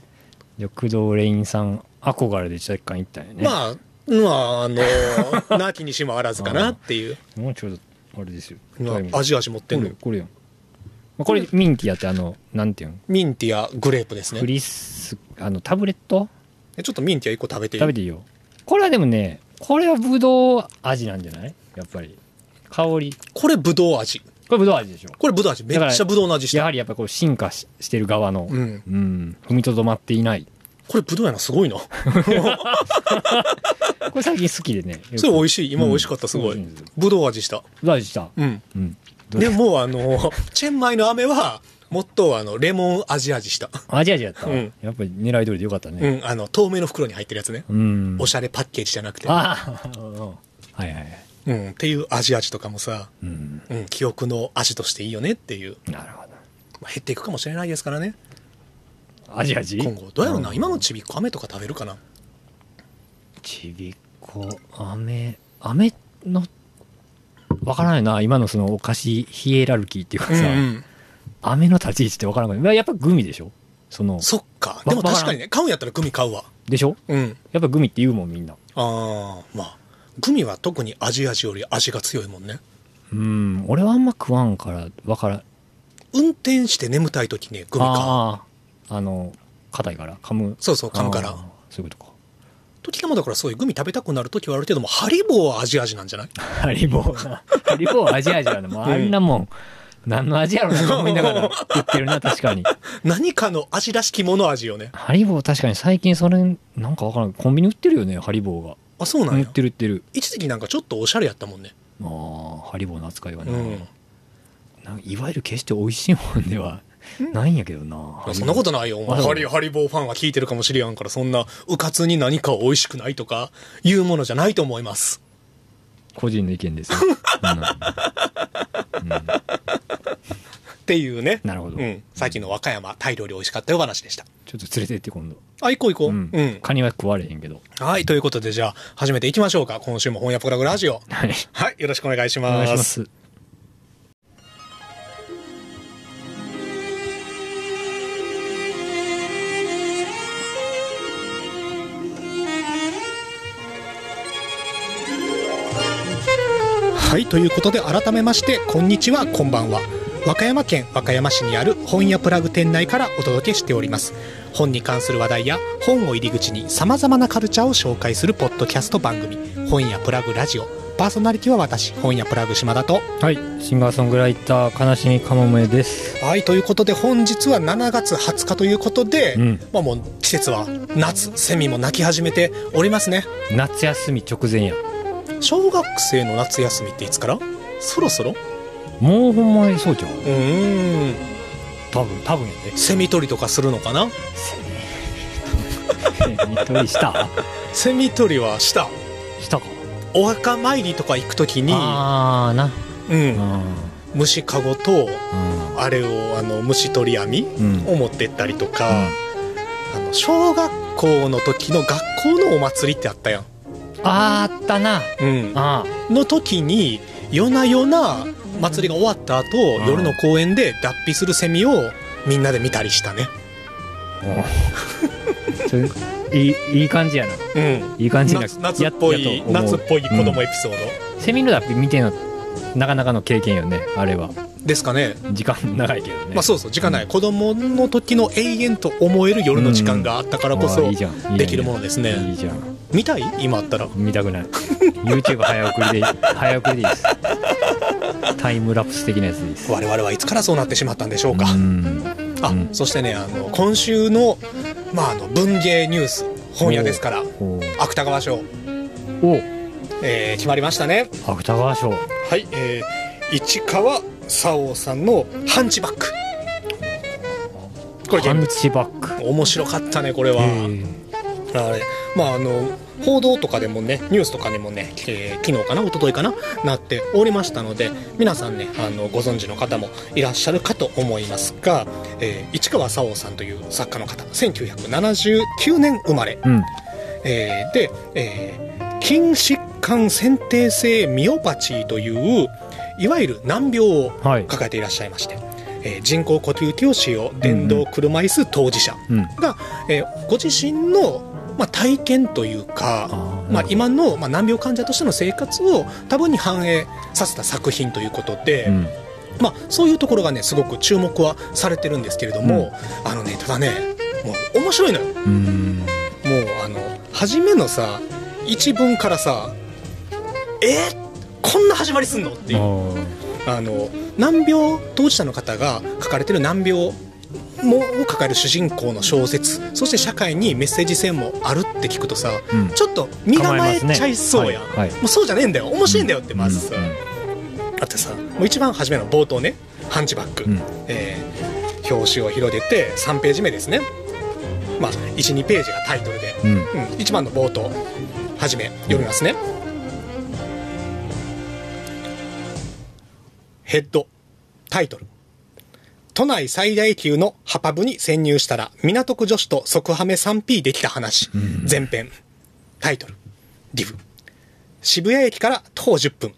S2: 緑道レインさん憧れで若干行ったんやね
S1: まあ、まあ、あの、 なきにしもあらずかなっていう。
S2: もうちょうどあれですよ
S1: ま
S2: こ
S1: あ
S2: れ
S1: 味味持ってんのよ。
S2: これやんまあこれミンティアってあのなんていうん
S1: ミンティアグレープです
S2: フ
S1: ね。
S2: リスあのタブレット
S1: えちょっとミンティア一個食べていい
S2: 食べていいよこれはでもねこれはぶどう味なんじゃないやっぱり香り
S1: これブドウ味。
S2: これぶどう味でしょ
S1: これブドウ味。めっちゃブドウの味し
S2: や
S1: た。
S2: はりやっぱこう進化ししてる側の、
S1: うん。
S2: うん踏みとどまっていない
S1: これブドウやな、すごいな。
S2: これ最近好きで ね
S1: それ美味
S2: しい
S1: しい。今美味しかった、すご
S2: う
S1: い
S2: んそうです。
S1: ブドウ味した。
S2: ぶどう味した
S1: うん。
S2: うんどう
S1: でも、あの、チェンマイの飴は、もっとあのレモン味味した、
S2: アジアジやったわ、
S1: うん
S2: やっぱり狙い通りでよかった
S1: う
S2: ね
S1: ん、あの透明の袋に入ってるやつね、
S2: うん、
S1: おしゃれパッケージじゃなくて、
S2: ああはいはいはい、
S1: うん、っていう味味とかもさ、
S2: うん、
S1: うん、記憶の味としていいよねっていう、
S2: なるほ
S1: まあ、減っていくかもしれないですからね
S2: どアジアジ
S1: 今後どうやろうな、
S2: ん
S1: 今のちびっこ飴とか食べるかな
S2: ちびっこ飴飴のわからないな今のそのお菓子ヒエラルキーっていうかさ、
S1: うん
S2: 飴の立ち位置ってわからないまあやっぱグミでしょその
S1: そっかでも
S2: わ
S1: 確かにね買うんやったらグミ買うわ
S2: でしょ
S1: うん
S2: やっぱグミって言うもんみんな
S1: ああまあグミは特に味味より味が強いもんね
S2: うん俺はあんま食わんからわからん
S1: 運転して眠たい時ねグミ買う
S2: あああの硬いから噛む
S1: そうそう噛むか
S2: あ
S1: ら
S2: ーそういうことか
S1: 時たまだからそういうグミ食べたくなる時はある程度もうハリボーは味味なんじゃない
S2: ハリボーな。ハリボーはアジアジアな。もうあんなもん、何の味やろなと思いながら言ってるな、確かに。
S1: 何かの味らしきもの味よね
S2: ハリボー確かに最近それ、なんかわからん。コンビニ売ってるよね、ハリボーが。
S1: あそうなん
S2: 売
S1: や
S2: ってる売ってる。
S1: 一時期なんかちょっとおしゃれやったもんね
S2: ああ、ハリボーの扱いはな,、
S1: うん
S2: なんかいわゆる決して美味しいもんではないんやけどな。
S1: そんなこととないよ。
S2: あそう
S1: ハリ、ハリボーファンは聞いてるかもしれやんから、そんな、うかつに何か美味しくないとか、いうものじゃないと思います。
S2: 個人の意見で すよ。うんうん
S1: っていうね。
S2: なるほど、
S1: うん。さっきの和歌山、タイ料理美味しかったよ話でした。
S2: ちょっと連れてって今度。
S1: あ、行こう行こう。う
S2: う
S1: んん。
S2: カニは食われへんけど。
S1: はい。ということで、じゃあ、始めていきましょうか。今週も本屋プラグラジオ。
S2: はい。
S1: はい。よろしくお願いし
S2: お願
S1: ま
S2: い
S1: す。
S2: します。
S1: はい。ということで、改めまして、こんにちは、こんばんは。和歌山県和歌山市にある本屋プラグ店内からお届けしております。本に関する話題や本を入り口に様々なカルチャーを紹介するポッドキャスト番組、本屋プラグラジオ。パーソナリティは私、本屋プラグ島田と。
S2: はい。シンガーソングライター、悲しみかもめです。
S1: はい。ということで、本日は7月20日ということで、
S2: うん。
S1: まあもう季節は夏、セミも鳴き始めておりますね。
S2: 夏休み直前や
S1: 小学生の夏休みっていつからそろそろ
S2: もうほんまにそうちゃう
S1: うーん。
S2: 多分多分やで
S1: セミ取りとかするのかな
S2: 一人した
S1: セミ取りはした。
S2: したか
S1: お墓参りとか行くときに、
S2: ああな
S1: う、
S2: うんん
S1: 虫かごと
S2: うん
S1: あれをあの虫取り網
S2: うん
S1: を持ってったりとか、あの小学校の時の学校のお祭りってあったやん、
S2: あーあったな
S1: うん、
S2: あ
S1: の時に夜な夜な祭りが終わった後、
S2: ん
S1: 夜の公園で脱皮するセミをみんなで見たりしたね、
S2: ーそれいいいい感じやな
S1: うん、
S2: いい感じな
S1: 夏夏っぽい
S2: ややと思
S1: 夏
S2: う
S1: っぽい子供エピソー
S2: セミのだ見てんのなかなかの経験よねあれは
S1: ドですかね
S2: 時間長いけどね
S1: まあそうそう時間ない子供の時の永遠と思える夜の時間があったからこ
S2: あ
S1: そ
S2: ーいいじゃんいいじゃん
S1: できるものですね
S2: いいじゃん
S1: 見たい今あったら
S2: 見たくない YouTube 早送りでいい早送りでいいですタイムラプス的なやつでいいです
S1: 我々はいつからそうなってしまったんでしょうか、
S2: うん
S1: あ、
S2: うん
S1: そしてねあの今週の,、まあ、あの文芸ニュース本屋ですから
S2: おー
S1: 芥川賞、
S2: お
S1: えー決まりましたね
S2: 芥川賞
S1: はい、えー市川沙央さんの「ハンチバック」これ
S2: ハ
S1: 現
S2: ン
S1: 物
S2: チバック
S1: 面白かったねこれは、あれまああの報道とかでもねニュースとかでもね、えー昨日かな一昨日かななっておりましたので皆さんねあのご存知の方もいらっしゃるかと思いますが、えー市川沙央さんという作家の方1979年生まれ、
S2: うん
S1: えーで、えー筋疾患先定性ミオパチーといういわゆる難病を
S2: はい
S1: 抱えていらっしゃいまして、えー人工呼吸器を使用電動車椅子当事者、
S2: うん
S1: が、えーご自身の、まあ、体験というか
S2: あー
S1: ま
S2: なる
S1: あ
S2: ほ、ど
S1: 今の、まあ、難病患者としての生活を多分に反映させた作品ということで、
S2: うん
S1: まあ、そういうところがねすごく注目はされてるんですけれども、あのねただねもう面白いのよもう
S2: うん
S1: あの初めのさ一文からさ「えー、こんな始まりすんの?」っていうあの難病当事者の方が書かれてる難病もを抱える主人公の小説そして社会にメッセージ性もあるって聞くとさ
S2: うん
S1: ちょっと身構えちゃいそうやん、
S2: はいはい
S1: もうそうじゃねえんだよ面白いんだよってまずさ、
S2: うん
S1: あってさもう一番初めの冒頭ね「ハンチバック」
S2: うん
S1: え表紙を広げて3ページ目ですねまあ12ページがタイトルで、
S2: うん
S1: うん、一番の冒頭はじめ読みますね、ヘッドタイトル都内最大級のハパブに潜入したら港区女子と即ハメ 3P できた話、前編タイトルリブ渋谷駅から徒歩10分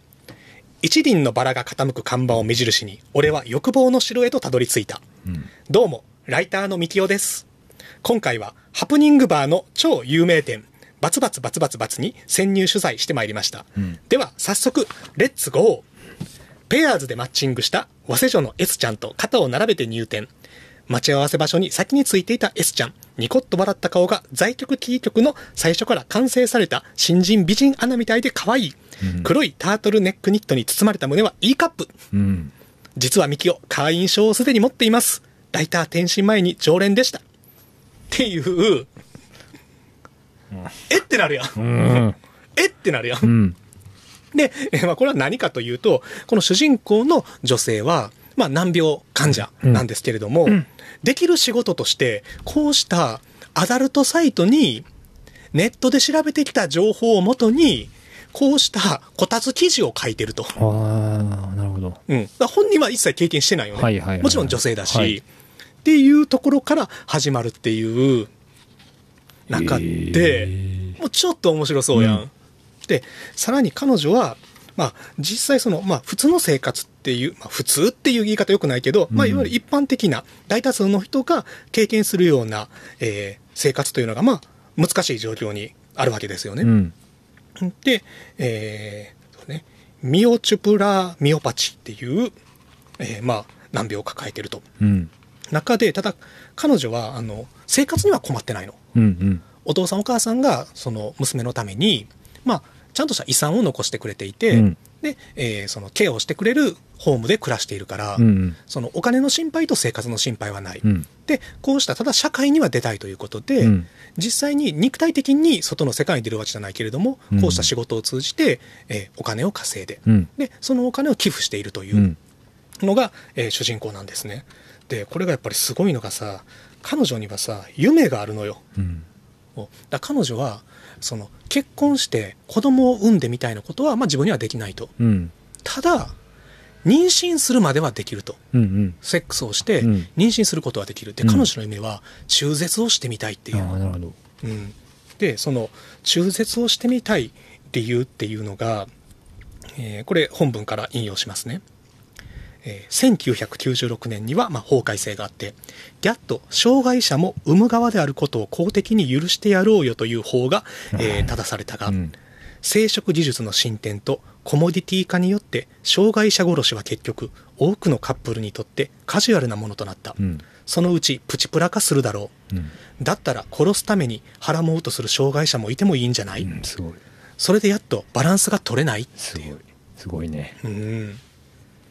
S1: 一輪のバラが傾く看板を目印に俺は欲望の城へとたどり着いた、どうもライターのみきおです今回はハプニングバーの超有名店バツバツバツバツバツに潜入取材してまいりました、では早速レッツゴーペアーズでマッチングした早稲女の S ちゃんと肩を並べて入店。待ち合わせ場所に先についていた S ちゃん。ニコッと笑った顔が在局キー局の最初から完成された新人美人アナみたいで可愛い。黒いタートルネックニットに包まれた胸は E カップ。
S2: うん
S1: 実はミキオ、会員証をすでに持っています。ライター転身前に常連でした。っていう。えってなるやん。
S2: うん
S1: えってなるやん
S2: う。ん
S1: で、えーまあ、これは何かというと、この主人公の女性は、まあ、難病患者なんですけれども、できる仕事として、こうしたアダルトサイトに、ネットで調べてきた情報をもとに、こうしたこたつ記事を書いてると。
S2: ああなるほど
S1: うん、だから本人は一切経験してないよね、
S2: はいはいはいはい
S1: もちろん女性だし、
S2: はい
S1: っていうところから始まるっていう中で、
S2: えー
S1: もうちょっと面白そうやん。
S2: うん
S1: でさらに彼女は、まあ、実際その、まあ、普通の生活っていう、まあ、普通っていう言い方よくないけど、まあ、
S2: うん
S1: いわゆる一般的な大多数の人が経験するような、えー生活というのが、まあ、難しい状況にあるわけですよね。
S2: うん
S1: で、えーそうね、ミオチュプラミオパチっていう、えーまあ、難病を抱えてると。
S2: うん
S1: 中で、ただ、彼女は、あの、生活には困ってないの。
S2: うんうん
S1: お父さんお母さんが、その、娘のために、まあ、ちゃんとした遺産を残してくれていて、
S2: うん
S1: で、えーその、ケアをしてくれるホームで暮らしているから、
S2: うん
S1: その、お金の心配と生活の心配はない。
S2: うん
S1: で、こうした、ただ社会には出たいということで、
S2: うん
S1: 実際に肉体的に外の世界に出るわけじゃないけれども、
S2: うん
S1: こうした仕事を通じて、えーお金を稼いで
S2: うん
S1: でそのお金を寄付しているといううんのが、えー主人公なんですねでこれがやっぱりすごいのがさ彼女にはさ夢があるのよ
S2: うん
S1: もうだから彼女はその結婚して子供を産んでみたいなことは、まあ、自分にはできないと
S2: うん
S1: ただ妊娠するまではできると
S2: うんうん
S1: セックスをして
S2: うん
S1: 妊娠することはできるで
S2: うん
S1: 彼女の夢は中絶をしてみたいっていう、
S2: ああなるほど
S1: うん、でその中絶をしてみたい理由っていうのが、えーこれ本文から引用しますね、えー1996年には、まあ、法改正があってやっと障害者も産む側であることを公的に許してやろうよという法が、えー正されたが、
S2: うん
S1: 生殖技術の進展とコモディティ化によって障害者殺しは結局多くのカップルにとってカジュアルなものとなった、
S2: うん
S1: そのうちプチプラ化するだろう
S2: うん
S1: だったら殺すために腹もうとする障害者もいてもいいんじゃない、
S2: うんすごい
S1: それでやっとバランスが取れないっ
S2: す
S1: て
S2: ご
S1: い。
S2: いうすごいね
S1: うんっ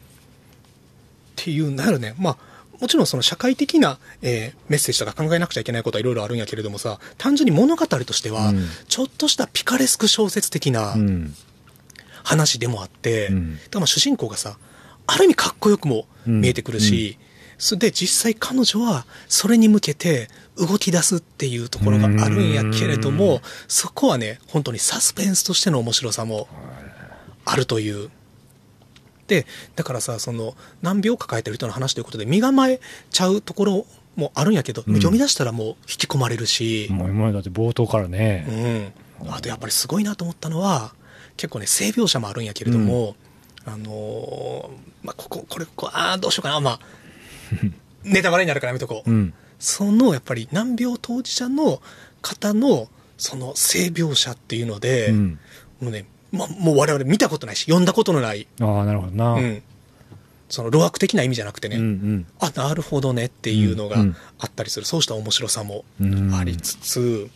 S1: ていうなるねまあもちろんその社会的な、えーメッセージとか考えなくちゃいけないことはいろいろあるんやけれどもさ単純に物語としては、
S2: うん
S1: ちょっとしたピカレスク小説的な
S2: うん
S1: 話でもあって、
S2: うん
S1: だからまあ主人公がさある意味かっこよくも見えてくるし、それで実際彼女はそれに向けて動き出すっていうところがあるんやけれども、
S2: うん
S1: そこはね本当にサスペンスとしての面白さもあるという。でだからさその難病を抱えてる人の話ということで身構えちゃうところもあるんやけど、
S2: うん
S1: 読み出したらもう引き込まれるし。
S2: もう今までだって冒頭からね
S1: うん、あとやっぱりすごいなと思ったのは結構ね性描写もあるんやけれども、あのーまあ、こここれここあーどうしようかなまあネタバレになるからやめとこう、
S2: うん
S1: そのやっぱり難病当事者の方のその性描写っていうので、
S2: うん
S1: もうね、ま、もう我々見たことないし読んだことのない、
S2: ああなるほどな
S1: う
S2: うん
S1: ん、その露悪的な意味じゃなくてね、
S2: うん
S1: あなるほどねっていうのが
S2: うんうん
S1: あったりする、そうした面白さも
S2: うん
S1: ありつつ、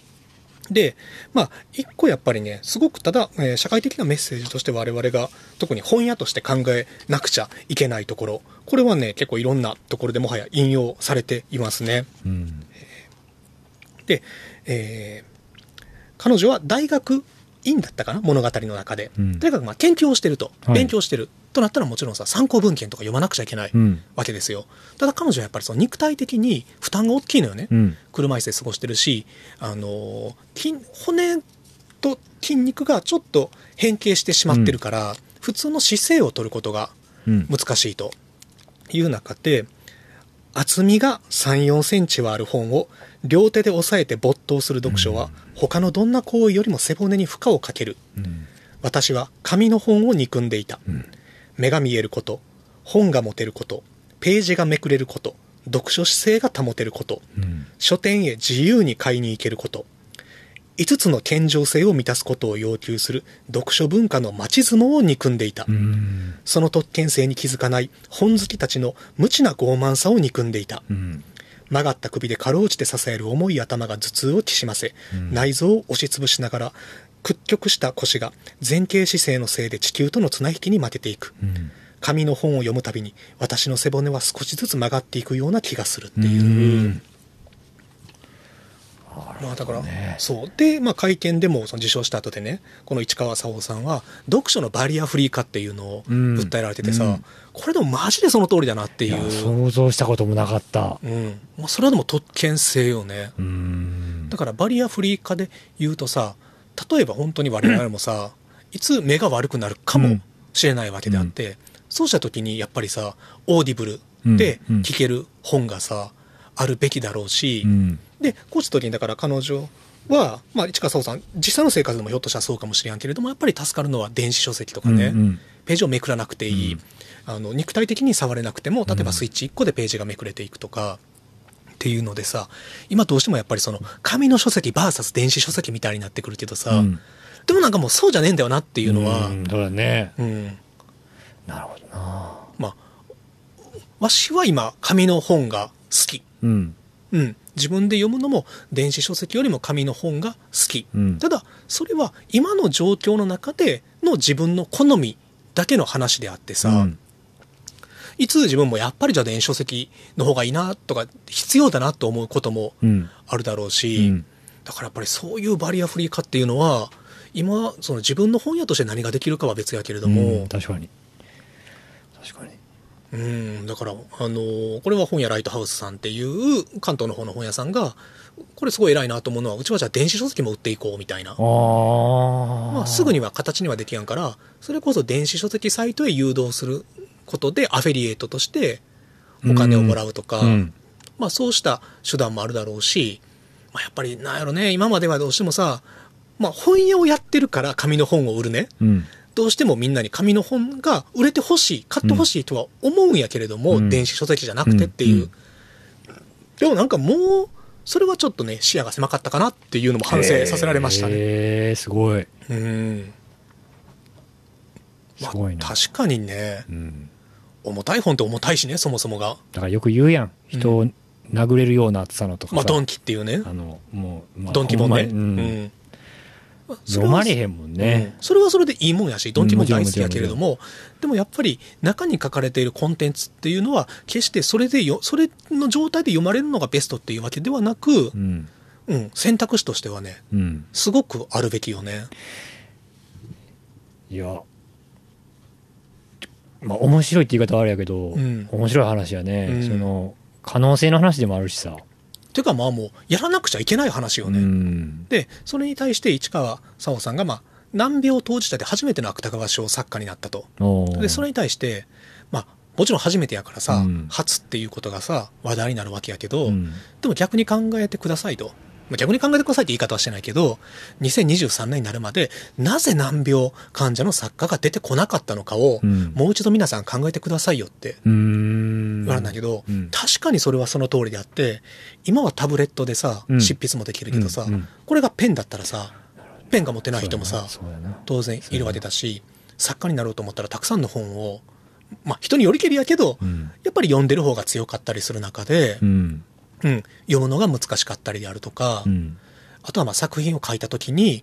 S1: でまあ一個やっぱりねすごくただ、えー社会的なメッセージとして我々が特に本屋として考えなくちゃいけないところこれはね結構いろんなところでもはや引用されていますね。
S2: うん
S1: で、えー彼女は大学院だったかな物語の中で、
S2: うん
S1: とにかくまあ研究をしてると、
S2: はい
S1: 勉強してるとなったらもちろんさ参考文献とか読まなくちゃいけない
S2: うん
S1: わけですよただ彼女はやっぱりその肉体的に負担が大きいのよね、
S2: うん
S1: 車椅子で過ごしてるし、あの筋骨と筋肉がちょっと変形してしまってるから、普通の姿勢を取ることが
S2: うん
S1: 難しいという中で厚みが3 4センチはある本を両手で押さえて没頭する読書は他のどんな行為よりも背骨に負荷をかける
S2: うん
S1: 私は紙の本を憎んでいた
S2: うん
S1: 目が見えること本が持てることページがめくれること読書姿勢が保てること
S2: うん
S1: 書店へ自由に買いに行けること5つの健常性を満たすことを要求する読書文化の町相撲を憎んでいた、
S2: うん
S1: その特権性に気づかない本好きたちの無知な傲慢さを憎んでいた
S2: うん
S1: 曲がった首でかろうじて支える重い頭が頭痛をきしませ、
S2: うん
S1: 内臓を押しつぶしながら屈曲した腰が前傾姿勢のせいで地球との綱引きに負けていく
S2: うん
S1: 紙の本を読むたびに私の背骨は少しずつ曲がっていくような気がするって
S2: う
S1: いう、
S2: ん
S1: まあだから、
S2: ね
S1: そうで、まあ、会見でもその受賞した後でねこの市川沙央さんは読書のバリアフリー化っていうのを
S2: うん
S1: 訴えられててさ、
S2: うん
S1: これでもマジでその通りだなって
S2: い
S1: い
S2: や
S1: う
S2: 想像したこともなかった
S1: うんまあ、それはでも特権性よね
S2: うん
S1: だからバリアフリー化で言うとさ例えば本当に我々もさいつ目が悪くなるかもしれないわけであって、そうした時にやっぱりさオーディブルで
S2: うん
S1: 聴ける本がさ、あるべきだろうし、
S2: うん
S1: でこうした時にだから彼女は、まあ、市川沙央さん実際の生活でもひょっとしたらそうかもしれんけれどもやっぱり助かるのは電子書籍とかね、
S2: うんうん
S1: ページをめくらなくていい、
S2: うん
S1: あの肉体的に触れなくても例え
S2: う
S1: ば
S2: ん
S1: スイッチ1個でページがめくれていくとか。っていうのでさ今どうしてもやっぱりその紙の書籍 VS 電子書籍みたいになってくるけどさ、
S2: うん
S1: でもなんかもうそうじゃねえんだよなっていうのは、
S2: んそうだね
S1: うん、
S2: なるほどな
S1: まあわしは今紙の本が好き
S2: うん
S1: うん、自分で読むのも電子書籍よりも紙の本が好き、
S2: うん
S1: ただそれは今の状況の中での自分の好みだけの話であってさ、
S2: うん
S1: いつ自分もやっぱりじゃあ電子書籍の方がいいなとか必要だなと思うことも
S2: うん
S1: あるだろう
S2: う
S1: し、
S2: ん
S1: だからやっぱりそういうバリアフリー化っていうのは今その自分の本屋として何ができるかは別やけれども、
S2: うん確かに確かに
S1: うん、だから、あのーこれは本屋ライトハウスさんっていう関東の方の本屋さんが、これすごい偉いなと思うのは、うちはじゃあ電子書籍も売っていこうみたいな。
S2: あ
S1: まあ、すぐ
S2: に
S1: には形にはできやんから、それこそ電子書籍サイトへ誘導することで、アフィリエイトとしてお金をもらうとか、
S2: うん
S1: まあそうした手段もあるだろうし、まあやっぱりなんやろね、今まではどうしてもさ、まあ本屋をやってるから紙の本を売るね。
S2: うん
S1: どうしてもみんなに紙の本が売れてほしい、買ってほしいとは思うんやけれども、
S2: うん
S1: 電子書籍じゃなくてっていう。
S2: うんうん
S1: でもなんかもう、それはちょっとね、視野が狭かったかなっていうのも反省させられましたね。
S2: へえすごい
S1: うん。ます
S2: ごいな
S1: あ、確かにね、
S2: うん
S1: 重たい本って重たいしね、そもそもが。
S2: だからよく言うやん人を殴れるような厚さのとか
S1: まあ、
S2: さ
S1: ドンキっていうね
S2: あ、のもうまあ
S1: ドンキ本ね。
S2: ほ
S1: うん
S2: まにうん
S1: ん。まあそれ
S2: 飲
S1: は
S2: まれへんもんね
S1: うんそれはそれでいいもんやし、ドンキも大好きやけれど
S2: うん
S1: も、でもやっぱり中に書かれているコンテンツっていうのは、決してそれでよ、それの状態で読まれるのがベストっていうわけではなく
S2: う、ん
S1: うん、選択肢としてはね、
S2: うん
S1: すごくあるべきよね。
S2: いやまあ面白いって言い方はあれやけど
S1: うん
S2: 面白い話や
S1: う
S2: ね
S1: ん
S2: その可能性の話でもあるしさ
S1: ていうかまあもう、やらなくちゃいけない話よ
S2: う
S1: ね。
S2: ん
S1: で、それに対して市川沙央さんが、まあ、難病当事者で初めての芥川賞作家になったと。
S2: おー
S1: で、それに対して、まあ、もちろん初めてやからさ、
S2: うん
S1: 初っていうことがさ、話題になるわけやけど、
S2: うん
S1: でも逆に考えてくださいと。まあ逆に考えてくださいって言い方はしてないけど、2023年になるまで、なぜ難病患者の作家が出てこなかったのかを、
S2: うん
S1: もう一度皆さん考えてくださいよって
S2: うん
S1: 言われたけど、
S2: うん
S1: 確かにそれはその通りであって、今はタブレットでさ、
S2: うん
S1: 執筆もできるけどさ、
S2: うんうん
S1: これがペンだったらさ、ペンが持ってない人もさ、
S2: そうやな
S1: 当然いるわけだし、作家になろうと思ったらたくさんの本を、まあ人によりけりやけど、
S2: うん
S1: やっぱり読んでる方が強かったりする中で、
S2: うん
S1: うん、読むのが難しかったりであるとか、
S2: うん
S1: あとはまあ作品を書いた時に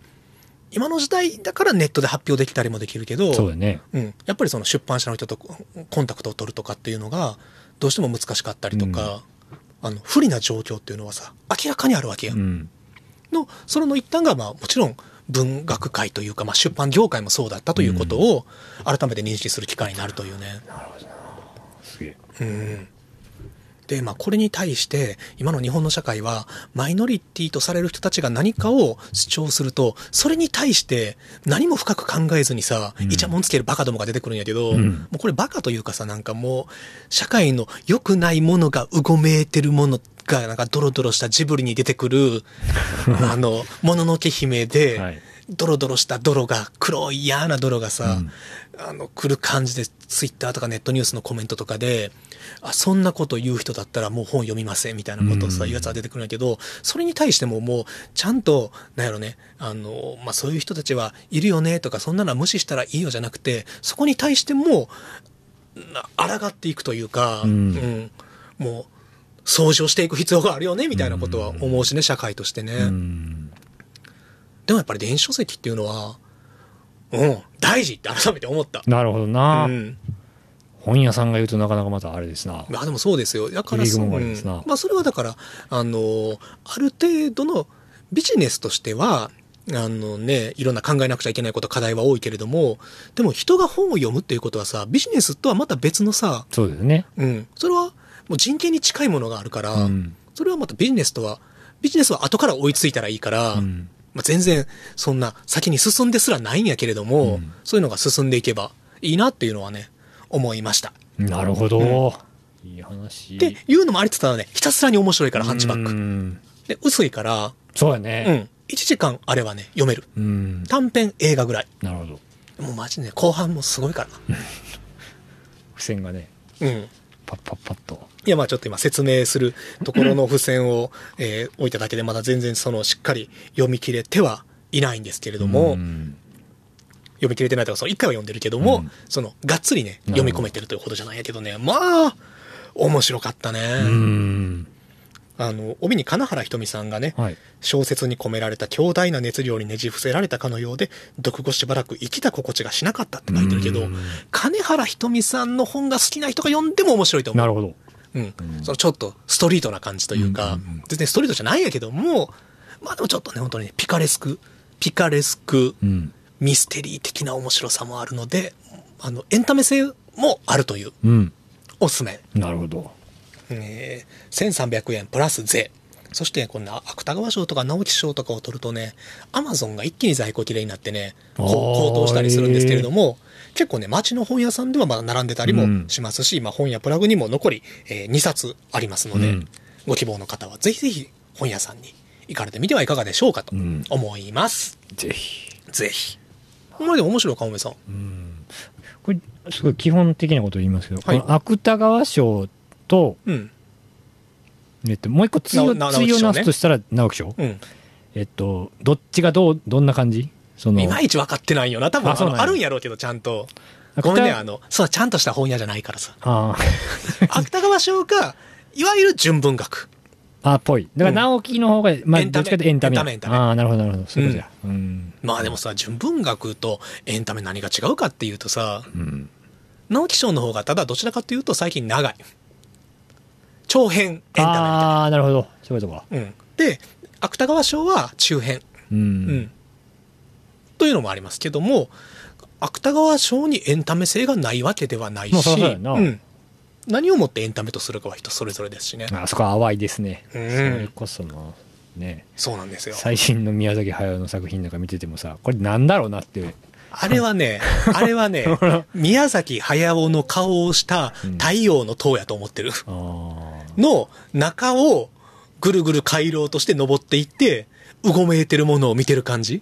S1: 今の時代だからネットで発表できたりもできるけど
S2: そうやね
S1: うん、やっぱりその出版社の人とココンタクトを取るとかっていうのがどうしても難しかったりとか、あの不利な状況っていうのはさ明らかにあるわけや、
S2: うん
S1: のそれの一端がまあもちろん文学界というか、まあ、出版業界もそうだったということを改めて認識する機会になるというね。
S2: すげえ
S1: うんで、まあ、これに対して、今の日本の社会は、マイノリティとされる人たちが何かを主張すると、それに対して、何も深く考えずにさ、
S2: うん
S1: イチャモンつけるバカどもが出てくるんやけど、
S2: うん
S1: もうこれバカというかさ、なんかもう、社会の良くないものがうごめいてるものが、なんかドロドロしたジブリに出てく る、あの、もののけ姫で、
S2: はい
S1: ドロドロした泥が、黒い嫌な泥がさ、
S2: うん
S1: あの、来る感じで、ツイッターとかネットニュースのコメントとかで、あ、そんなこと言う人だったらもう本読みませんみたいなことをさ、
S2: う
S1: 言
S2: ん
S1: うやつは出てくるんやけど、それに対してももう、ちゃんと、なんやろね、あの、まあ、そういう人たちはいるよねとか、そんなのは無視したらいいよじゃなくて、そこに対しても、な抗っていくというか、
S2: うん
S1: うんもう、掃除をしていく必要があるよねみたいなことは思うしね、社会としてね。
S2: うん
S1: でもやっぱり電子書籍っていうのは、うん、大事って改めて思った。
S2: なるほどな、
S1: うん。
S2: 本屋さんが言うとなかなかまたあれですな
S1: まあでもそうですよ。だから
S2: 入り
S1: そ、
S2: 組ま
S1: う
S2: れですなん
S1: まあそれはだから、あのー、ある程度のビジネスとしては、あのね、いろんな考えなくちゃいけないこと、課題は多いけれども、でも人が本を読むっていうことはさ、ビジネスとはまた別のさ、
S2: そうですね
S1: うん、それはもう人権に近いものがあるから、
S2: うん
S1: それはまたビジネスとは、ビジネスは後から追いついたらいいから、
S2: うん
S1: まあ、全然そんな先に進んですらないんやけれども、
S2: うん
S1: そういうのが進んでいけばいいなっていうのはね思いました。
S2: なるほど、いい話
S1: っていうのもありつつだねひたすらに面白いからハンチバック。
S2: ク
S1: で薄いから、
S2: そうや
S1: う
S2: ね
S1: ん、1時間あればね読める
S2: うん、
S1: 短編映画ぐらい
S2: なるほど
S1: もうマジでね後半もすごいから
S2: 付箋がね
S1: な。うん
S2: パッパッパッと
S1: いや、まあちょっと今説明するところの付箋を、えー置いただけで、まだ全然そのしっかり読み切れてはいないんですけれども、
S2: ん
S1: 読み切れてないとか、その一回は読んでるけども、
S2: うん
S1: その、がっつりね、
S2: な
S1: 読
S2: るほど
S1: み込めてるというほどじゃないけどね、まあ、面白かったね。
S2: うん
S1: あの、帯に金原ひとみさんがね、
S2: はい
S1: 小説に込められた強大な熱量にねじ伏せられたかのようで、読後しばらく生きた心地がしなかったって書いてるけど、
S2: うん
S1: 金原ひとみさんの本が好きな人が読んでも面白いと思う
S2: な。るほど
S1: うん
S2: う、ん
S1: そのちょっとストリートな感じというか、
S2: うんうんうん
S1: 全然ストリートじゃないんやけども、まあでもちょっとね、本当にねピカレスク、ピカレスク、
S2: うん
S1: ミステリー的な面白さもあるので、あの、エンタメ性もあるという、
S2: うん
S1: おすすめ。
S2: なるほど
S1: えー1300円プラス税。そして、こんな芥川賞とか直木賞とかを取るとね、アマゾンが一気に在庫切れになってね、こう
S2: あー
S1: 高騰したりするんですけれども、結構ね、街の本屋さんではまあ並んでたり
S2: うん
S1: もしますし、まあ本屋プラグにも残り、え2冊ありますので、
S2: うん
S1: ご希望の方はぜひぜひ本屋さんに行かれてみてはいかがでしょうかと
S2: うん
S1: 思います。
S2: ぜひ
S1: ぜひ。これまで面白いか、おめさん。
S2: うんこれすごい基本的なことを言いますけど、
S1: はい
S2: この芥川賞と、
S1: うん。
S2: えっと、もう一個対を
S1: なな
S2: 対
S1: 直木
S2: を
S1: 賞ね
S2: なすとしたら直木賞、
S1: うん。
S2: えっとどっちがどうどんな感じその
S1: いまいち分かってないよな。多分あ
S2: あそう
S1: のあ
S2: なんや
S1: るんやろうけど、ちゃんと。
S2: 芥
S1: ごめんね、あの、そう、ちゃんとした本屋じゃない からさ。
S2: あー
S1: 芥川賞か、いわゆる純文学。
S2: あっぽい。だから直樹の方が、まあ、
S1: エンタメ
S2: どっちかというとエンタメ。
S1: エンタメエンタメ
S2: ああ、なるほど、なるほど。そういうことや。うん。
S1: まあでもさ、純文学とエンタメ何が違うかっていうとさ、
S2: うん。
S1: 直木賞の方がただどちらかというと最近長い。長編エンタメみた
S2: ああ、なるほど。そういうことか。
S1: いな。うん。で、芥川賞は中編。
S2: う。
S1: うんん。というのもありますけども、芥川賞にエンタメ性がないわけではない
S2: まあそ
S1: し、
S2: りゃそうやな
S1: うん。何をもってエンタメとするかは人それぞれですしね。
S2: あそこは淡いですね。
S1: う
S2: そ
S1: ん
S2: れこその、ね、
S1: そうなんですよ。
S2: 最新の宮崎駿の作品なんか見ててもさ、これなんだろうなって。
S1: あれはね、あれ はね、宮崎駿の顔をした太陽の塔やと思ってる。
S2: ああ。
S1: の中をぐるぐる回廊として登っていって、うごめいてるものを見てる感じ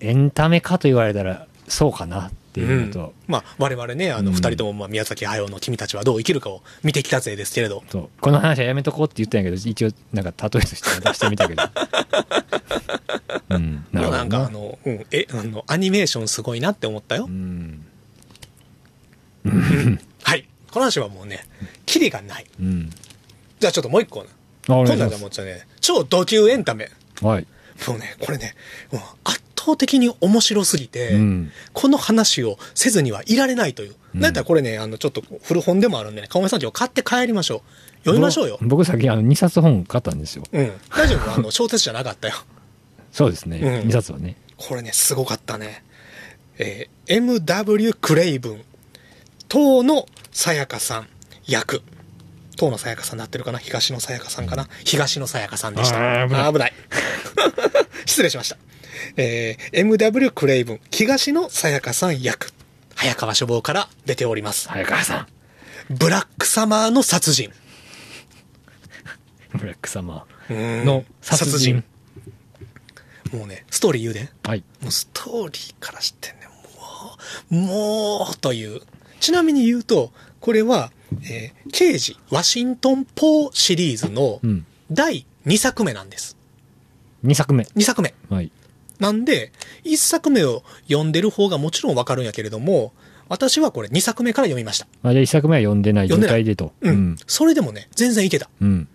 S2: エンタメかと言われたら、そうかなっていうの
S1: う
S2: と
S1: ん、まあ、我々ね、あの、
S2: うん
S1: 二人とも、まあ、宮崎駿の君たちはどう生きるかを見てきたぜですけれど。
S2: そうこの話はやめとこうって言ったんやけど、一応、なんか例えとして出してみたけど。 うん。なる
S1: まあな
S2: ほど。
S1: んか、あ、の、うん、え、あの、アニメーションすごいなって思ったよ
S2: う。ん。
S1: はい。この話はもうね、キリがない。
S2: うん。
S1: じゃあちょっともう一個な。
S2: あお
S1: 今
S2: 願い
S1: 度
S2: し
S1: は
S2: ま
S1: じゃあも
S2: す
S1: うちょっとね、超ド級エンタメ。
S2: はい。
S1: もうね、これね、もう圧倒的に面白すぎて、
S2: うん
S1: この話をせずにはいられないという。
S2: うん
S1: だったらこれね、あの、ちょっと古本でもあるんでね、かおめさん今日買って帰りましょう。読みましょうよ。
S2: 僕僕先あの2冊本買ったんですよ
S1: うん。大丈夫あの、小説じゃなかったよ。
S2: そうですね、
S1: うん
S2: 2冊はね
S1: これね、すごかったね。えー M.W. クレイブン、東野さやかさん役。東野さやかさんなってるかな東野さやかさんかな東野さやかさんでした。
S2: あー危ない
S1: あー危ない。 失礼しました。えー M.W. クレイブン、東野さやかさん役。早川書房から出ております。
S2: 早川さ
S1: ブラックサマーの殺人。
S2: ん ブラックサマー
S1: の
S2: の殺人
S1: もうね、ストーリー言うで。
S2: はい
S1: もうストーリーからしてね、もう、もう、という。ちなみに言うと、これは、えー刑事、ワシントン・ポーシリーズの
S2: うん
S1: 第2作目なんです。
S2: 2作目
S1: 2作目。
S2: はい
S1: なんで、1作目を読んでる方がもちろんわかるんやけれども、私はこれ2作目から読みました。
S2: あじゃあ1作目は読んでない状態でと
S1: うん。それでもね、全然いけた。
S2: うんうん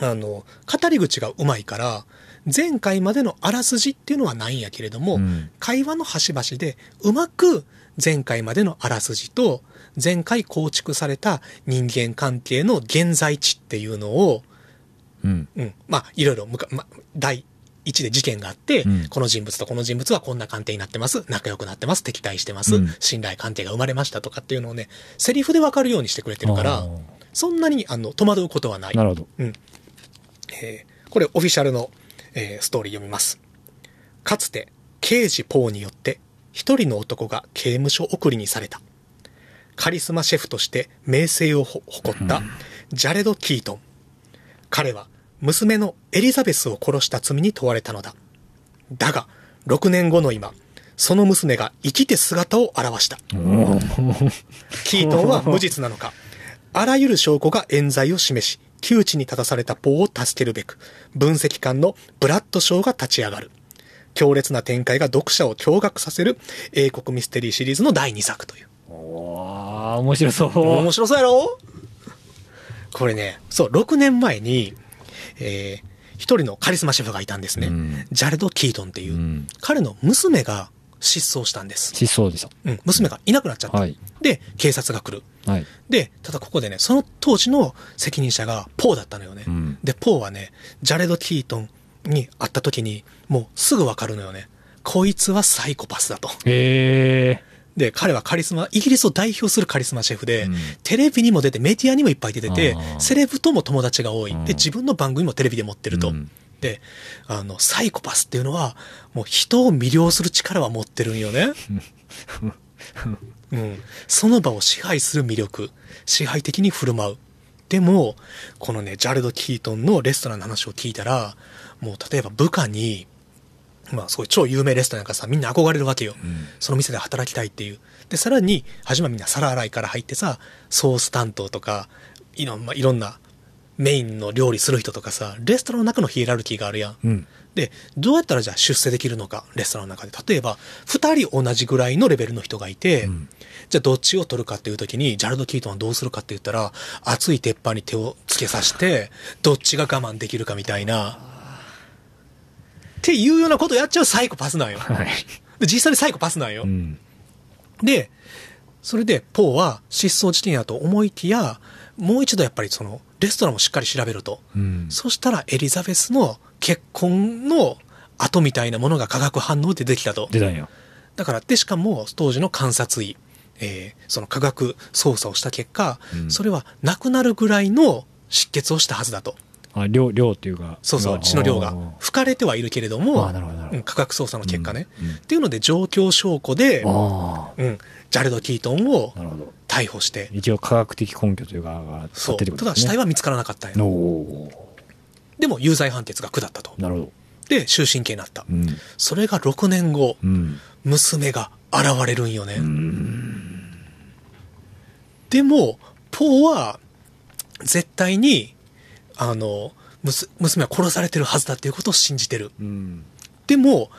S1: あの、語り口がうまいから、前回までのあらすじっていうのはないんやけれども、
S2: うん
S1: 会話の端々でうまく前回までのあらすじと前回構築された人間関係の現在地っていうのを、
S2: うん
S1: うん、まあいろいろむか、ま、第一で事件があって、
S2: うん
S1: この人物とこの人物はこんな関係になってます仲良くなってます敵対してます、
S2: うん
S1: 信頼関係が生まれましたとかっていうのをねセリフでわかるようにしてくれてるか
S2: あ
S1: ら
S2: ー
S1: そんなにあの戸惑うことはない
S2: なるほど
S1: えーこれオフィシャルの、えーストーリー読みます。かつて、刑事ポーによって、一人の男が刑務所送りにされた。カリスマシェフとして名声をほ誇った、ジャレド・キートン。彼は、娘のエリザベスを殺した罪に問われたのだ。だが、6年後の今、その娘が生きて姿を現した。
S2: おー
S1: キートンは無実なのか。あらゆる証拠が冤罪を示し、窮地に立たされたポーを助けるべく、分析官のブラッドショーが立ち上がる。強烈な展開が読者を驚愕させる英国ミステリーシリーズの第2作という。
S2: おー面白そう
S1: 面白そうやろこれね、そう、6年前に、えー一人のカリスマシェフがいたんですね。
S2: うん
S1: ジャレド・キートンっていう、
S2: うん
S1: 彼の娘が失踪したんです。
S2: しそうでし
S1: うん、娘がいなくなっちゃった。
S2: はい
S1: で、警察が来る。
S2: たはい
S1: で、ただここでね、その当時の責任者がポーだったのよね。
S2: うん
S1: で、ポーはね、ジャレド・キートンに会った時に、もうすぐわかるのよね。こいつはサイコパスだと。
S2: へえ
S1: で、彼はカリスマ、イギリスを代表するカリスマシェフで、
S2: うん
S1: テレビにも出て、メディアにもいっぱい出てて
S2: あ、ー
S1: セレブとも友達が多い。
S2: うん
S1: で、自分の番組もテレビで持ってると。
S2: うん
S1: で、あの、サイコパスっていうのは、もう人を魅了する力は持ってるんよ ね。うん、その場を支配する魅力、支配的に振る舞う。でも、このね、ジャレド・キートンのレストランの話を聞いたら、もう例えば部下に、まあそういう超有名レストランからさ、みんな憧れるわけよ。その店で働きたいっていう。で、さらに、はじめはみんな皿洗いから入ってさ、ソース担当とか、いろん,、まあ、いろんなメインの料理する人とかさ、レストランの中のヒエラルキーがあるやん。
S2: うん
S1: で、どうやったらじゃあ出世できるのか、レストランの中で。例えば、二人同じぐらいのレベルの人がいて、
S2: ん
S1: じゃあどっちを取るかっていう時に、ジャルド・キートンはどうするかって言ったら、熱い鉄板に手をつけさせて、どっちが我慢できるかみたいな。っていうようなことやっちゃうサイコパスなんよ。
S2: はい
S1: で実際にサイコパスなんよ。
S2: うん
S1: で、それで、ポーは失踪地点やと思いきや、もう一度やっぱりその、レストランもしっかり調べると。
S2: うん
S1: そしたらエリザベスの結婚の後みたいなものが化学反応でできたと。
S2: 出たんや
S1: だから、で、しかも当時の観察医、えーその科学捜査をした結果、
S2: うん
S1: それは亡くなるぐらいの失血をしたはずだと。
S2: あ量量っていうか
S1: そうそう、血の量が。吹かれてはいるけれども、
S2: あーなるほどなるほど
S1: うん科学捜査の結果ね。
S2: うんうん
S1: っていうので、状況証拠で、
S2: あ
S1: うん、ジャレド・キートンを
S2: あなるほど
S1: 逮捕して、
S2: 一応科学的根拠というかがあ
S1: そう、
S2: ってってこ
S1: た
S2: と
S1: だ
S2: です
S1: 死
S2: ね
S1: 体は見つからなかったんよ。
S2: おー
S1: でも、有罪判決が下ったと。
S2: なるほど
S1: で、終身刑になった
S2: う。ん
S1: それが6年後、
S2: うん
S1: 娘が現れるんよね。
S2: うん
S1: でも、ポーは、絶対に、あの、むす娘は殺されてるはずだっていうことを信じてる。
S2: うん
S1: でも、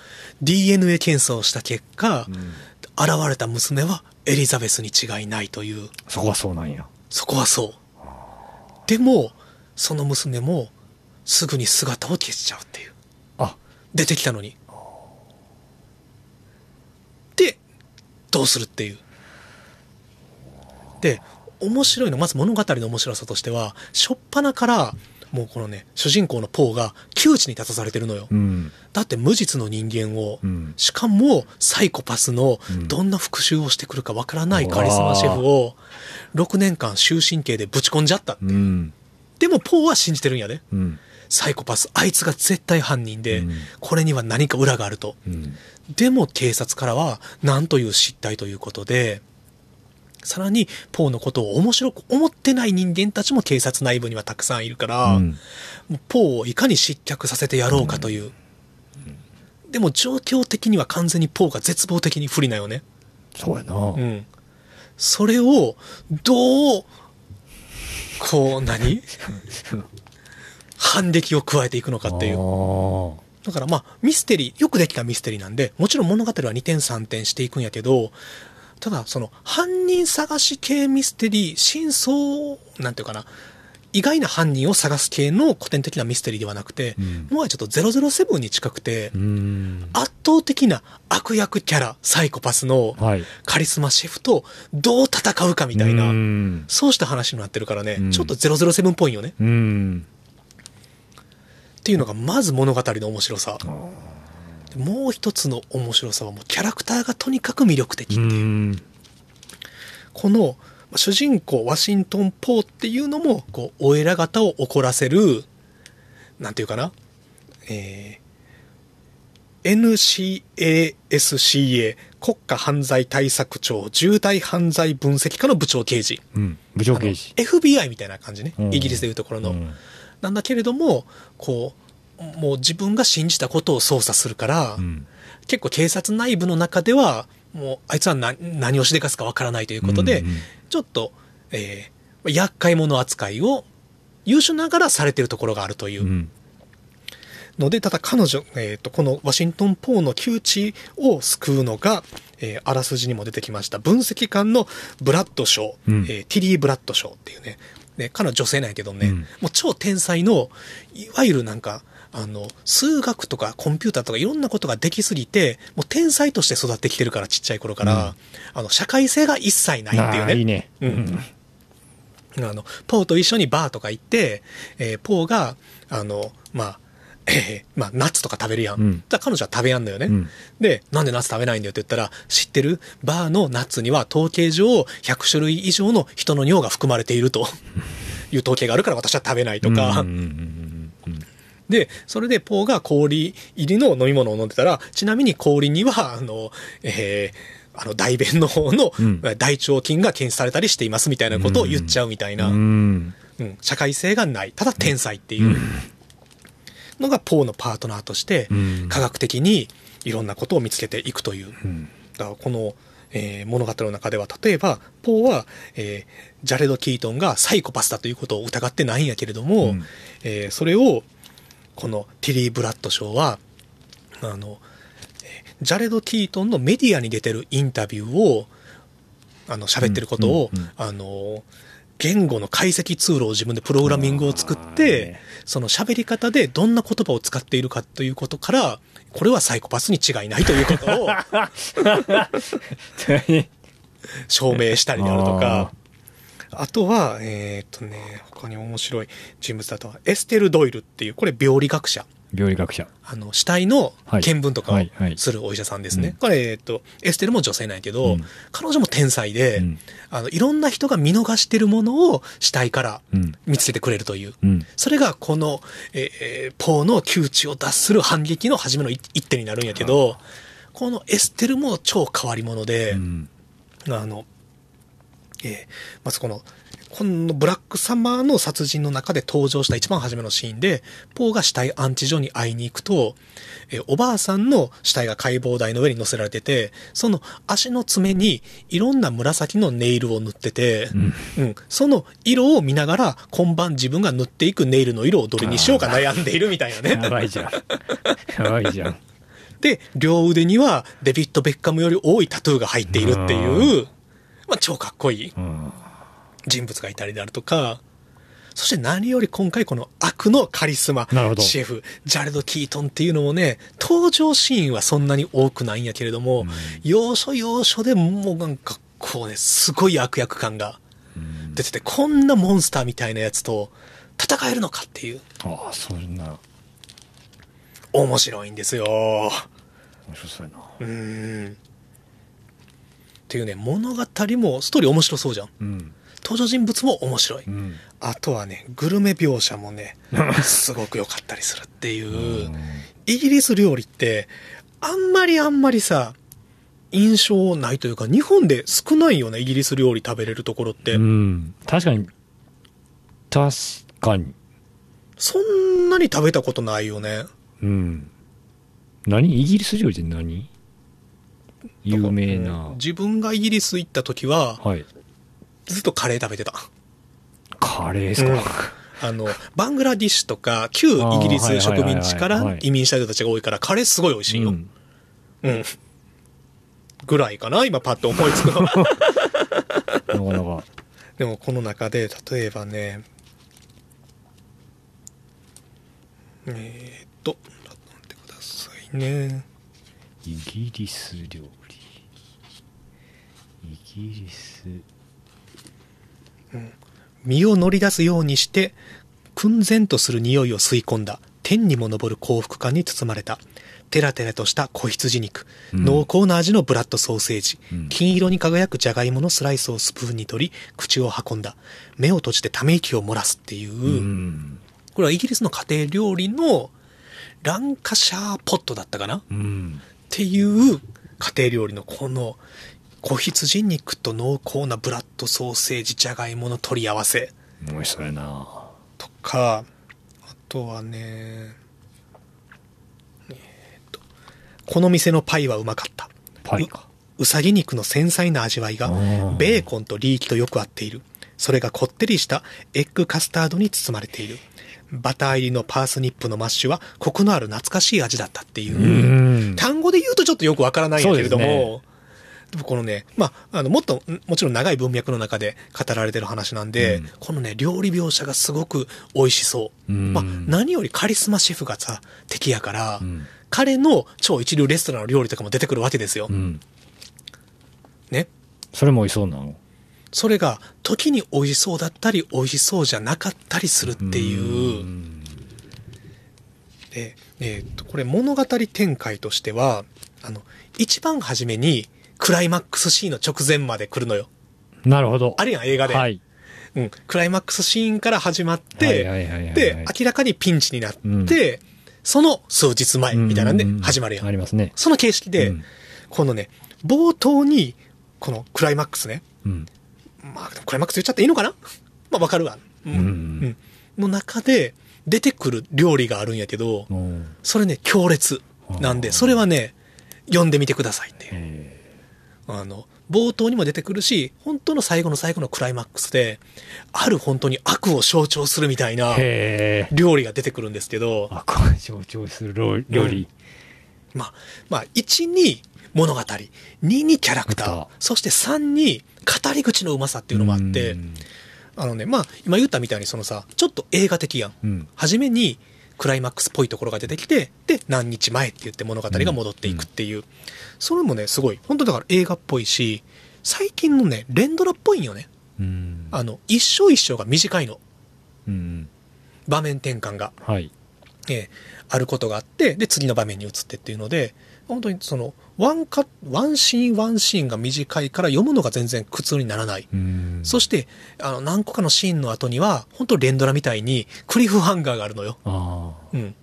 S1: DNA 検査をした結果、
S2: うん
S1: 現れた娘はエリザベスに違いないという、
S2: そこはそうなんや
S1: そこはそう。でも、その娘も、すぐに姿を消しちゃうっていう。
S2: あ
S1: 出てきたのに。で、どうするっていう。で、面白いの、まず物語の面白さとしては、しょっぱなから、もうこのね主人公のポーが窮地に立たされてるのよ、
S2: うん
S1: だって無実の人間を、
S2: うん
S1: しかもサイコパスの
S2: うん
S1: どんな復讐をしてくるかわからないカリスマシェフを6年間終身刑でぶち込んじゃった、
S2: うん
S1: でもポーは信じてるんやで
S2: うん
S1: サイコパスあいつが絶対犯人で、
S2: うん
S1: これには何か裏があると
S2: うん
S1: でも警察からは何という失態ということでさらにポーのことを面白く思ってない人間たちも警察内部にはたくさんいるから、
S2: うん
S1: もうポーをいかに失脚させてやろうかという、でも状況的には完全にポーが絶望的に不利なよね、
S2: そうやな、
S1: うん、それをどうこう何反撃を加えていくのかっていう
S2: あー
S1: だからまあミステリーよくできたミステリーなんでもちろん物語は2点3点していくんやけどただその犯人探し系ミステリー真相をなんていうかな意外な犯人を探す系の古典的なミステリーではなくて、
S2: うん
S1: もはやちょっと007に近くて、
S2: うん
S1: 圧倒的な悪役キャラサイコパスの
S2: はい
S1: カリスマシェフとどう戦うかみたいな、
S2: うん
S1: そうした話になってるからね、
S2: うん
S1: ちょっと007っぽいよね
S2: うん
S1: っていうのがまず物語の面白さ
S2: あー
S1: もう一つの面白さはもうキャラクターがとにかく魅力的、
S2: うん
S1: このまあ主人公ワシントン・ポーっていうのもこうお偉方を怒らせるなんていうかなえー NCASCA 国家犯罪対策庁重大犯罪分析課の部長刑事
S2: うん部長刑事
S1: あの FBI みたいな感じね、
S2: うん
S1: イギリスでいうところの、
S2: うん
S1: なんだけれどもこうもう自分が信じたことを捜査するから、
S2: うん
S1: 結構警察内部の中ではもうあいつは何何をしでかすかわからないということで、
S2: うんうん
S1: ちょっと、えー厄介者扱いを優秀ながらされてるところがあるといううんので、ただ彼女、えー、とこのワシントン・ポーの窮地を救うのが、えーあらすじにも出てきました分析官のブラッドショー、
S2: うん
S1: えーティリー・ブラッドショーっていうねね彼女女性なんやけどね、
S2: うん
S1: もう超天才のいわゆるなんかあの数学とかコンピューターとかいろんなことができすぎてもう天才として育ってきてるからちっちゃい頃から、あの社会性が一切ないっていう
S2: あー
S1: ね
S2: いいね
S1: うんあの、ポーと一緒にバーとか行って、えーポーが、あの、まあ、えーまあ、ナッツとか食べるやん。
S2: うん
S1: だから彼女は食べやんのよね、
S2: うん
S1: で、なんでナッツ食べないんだよって言ったら、知ってるバーのナッツには統計上100種類以上の人の尿が含まれている という統計があるから私は食べないとか、
S2: うんうんうんうんうん
S1: で、それでポーが氷入りの飲み物を飲んでたら、ちなみに氷には、あの、えーあの、大便の方の
S2: うん
S1: 大腸菌が検出されたりしていますみたいなことを言っちゃうみたいな。
S2: うん
S1: うん、社会性がないただ天才っていうのがポーのパートナーとして
S2: うん
S1: 科学的にいろんなことを見つけていくという
S2: うん
S1: だからこの、えー物語の中では例えばポーは、えージャレド・キートンがサイコパスだということを疑ってないんやけれども、
S2: うん
S1: えーそれをこのティリー・ブラッドショーはあのえージャレド・キートンのメディアに出てるインタビューをあの喋ってることを、
S2: うんうんうん
S1: あの言語の解析通路を自分でプログラミングを作っ
S2: あー
S1: て
S2: ね
S1: その喋り方でどんな言葉を使っているかということからこれはサイコパスに違いないということ を証明したりであるとかあとはえーっとね他に面白い人物だとはエステル・ドイルっていうこれ病理学者
S2: 病理学者
S1: あの死体の
S2: はい
S1: 見分とかを
S2: はいはい
S1: するお医者さんですね、
S2: うん
S1: これ、えっと、エステルも女性なんやけど、
S2: うん
S1: 彼女も天才で、
S2: うん
S1: あのいろんな人が見逃してるものを死体から
S2: うん
S1: 見つけてくれるという、
S2: うん
S1: それがこの、えーえーポーの窮地を脱する反撃の初めの一一手になるんやけど、このエステルも超変わり者で、
S2: うん
S1: あの、えーまずこの、このブラックサマーの殺人の中で登場した一番初めのシーンで、ポーが死体安置所に会いに行くと、えーおばあさんの死体が解剖台の上に乗せられてて、その足の爪にいろんな紫のネイルを塗ってて、
S2: ん
S1: うんその色を見ながら、今晩自分が塗っていくネイルの色をどれにしようか悩んでいるみたいなね。
S2: やば いじゃんやばいじゃん
S1: で、両腕にはデビッド・ベッカムより多いタトゥーが入っているっていう、まあ超かっこいい。
S2: うん
S1: 人物がいたりであるとか、そして何より今回この悪のカリスマ、
S2: なるほど
S1: シェフ、ジャレド・キートンっていうのもね、登場シーンはそんなに多くないんやけれども、要所要所でもうなんかこうね、すごい悪役感が出てて、こんなモンスターみたいなやつと戦えるのかっていう
S2: ああそんな
S1: 面白いんですよ
S2: 面白そうやな
S1: うーんっていうね物語もストーリー面白そうじゃん
S2: うん
S1: 登場人物も面白い
S2: うん
S1: あとはねグルメ描写も ねすごく良かったりするっていう、イギリス料理ってあんまりあんまりさ印象ないというか日本で少ないよねイギリス料理食べれるところって、
S2: うん確かに確かに
S1: そんなに食べたことないよね
S2: うん何イギリス料理って何有名な、
S1: 自分がイギリス行った時は
S2: はい
S1: ずっとカレー食べてた
S2: カレーですか、
S1: うんあのバングラディッシュとか旧イギリス植民地か
S2: あーはいはいはい
S1: ら
S2: はい
S1: 移民した人たちが多いからカレーすごい美味しいよ、
S2: う
S1: うんんぐらいかな今パッと思いつくのは
S2: なかなか
S1: でもこの中で例えばねえー、っとちょっと待ってくださいね
S2: イギリス料理イギリス
S1: 身を乗り出すようにして燻然とする匂いを吸い込んだ天にも昇る幸福感に包まれたテラテラとした子羊肉、
S2: うん
S1: 濃厚な味のブラッドソーセージ、
S2: うん
S1: 金色に輝くじゃがいものスライスをスプーンに取り口を運んだ目を閉じてため息を漏らすっていう、
S2: うん
S1: これはイギリスの家庭料理のランカシャーポットだったかなっ
S2: うん
S1: ていう家庭料理のこの子羊肉と濃厚なブラッドソーセージじゃがいもの取り合わせ
S2: 面白いな
S1: とかあとはねえーとこの店のパイはうまかった
S2: パイか
S1: ううさぎ肉の繊細な味わいが
S2: うん
S1: ベーコンとリーキとよく合っているそれがこってりしたエッグカスタードに包まれているバター入りのパースニップのマッシュはコクのある懐かしい味だったっていう、
S2: うん
S1: 単語で言うとちょっとよくわからないんだけれども、
S2: そう
S1: で
S2: ですね
S1: もこのね、まあ、あの、もっと、んもちろん長い文脈の中で語られてる話なんで、
S2: うん
S1: このね、料理描写がすごく美味しそう。
S2: うん
S1: まあ、何よりカリスマシェフがさ、敵やから、
S2: うん
S1: 彼の超一流レストランの料理とかも出てくるわけですよ。
S2: うん
S1: ね。
S2: それも美味しそうなの
S1: それが、時に美味しそうだったり、美味しそうじゃなかったりするっていう。
S2: ん
S1: で、えーっと、これ物語展開としては、あの、一番初めに、クライマックスシーンの直前まで来るのよ。
S2: なるほど
S1: あるやん、映画で。
S2: はい
S1: うん。クライマックスシーンから始まって、
S2: はいはいはいはい
S1: で、明らかにピンチになって、
S2: うん
S1: その数日前、みたいなんで
S2: ううう
S1: 始まるやん。
S2: ありますね
S1: その形式で、
S2: うん
S1: このね、冒頭に、このクライマックスね、
S2: うん
S1: まあ、クライマックス言っちゃっていいのかな まあ、わかるわ。うん
S2: うん
S1: うんの中で、出てくる料理があるんやけど、
S2: うん
S1: それね、強烈なん
S2: あ
S1: で、
S2: ー
S1: それはね、読んでみてくださいっていう。
S2: え
S1: あの、冒頭にも出てくるし、本当の最後の最後のクライマックスで、ある本当に悪を象徴するみたいな
S2: ーへえ
S1: 料理が出てくるんですけど、
S2: あこれ象徴する料理料理
S1: まあ、まあ、1に物語、2にキャラクタ
S2: キャ
S1: ー
S2: ラクター、
S1: そして3に語り口のうまさっていうのもあって
S2: う、ん
S1: あのね、まあ、今言ったみたいにそのさ、ちょっと映画的やん。
S2: うん
S1: 初めにクライマックスっぽいところが出てきて、で、何日前って言って物語が戻っていくっていう。それもね、すごい、本当だから映画っぽいし、最近のね、連ドラっぽいんよね。
S2: うん
S1: あの、一生一生が短いの。
S2: うん
S1: 場面転換が、
S2: はい
S1: えーあることがあって、で、次の場面に移ってっていうので、本当にその、ワンカッワンシーンワンシーンが短いから読むのが全然苦痛にならない。
S2: うん
S1: そして、あの、何個かのシーンの後には、本当連ドラみたいにクリフハンガーがあるのよ。
S2: ああ
S1: うん。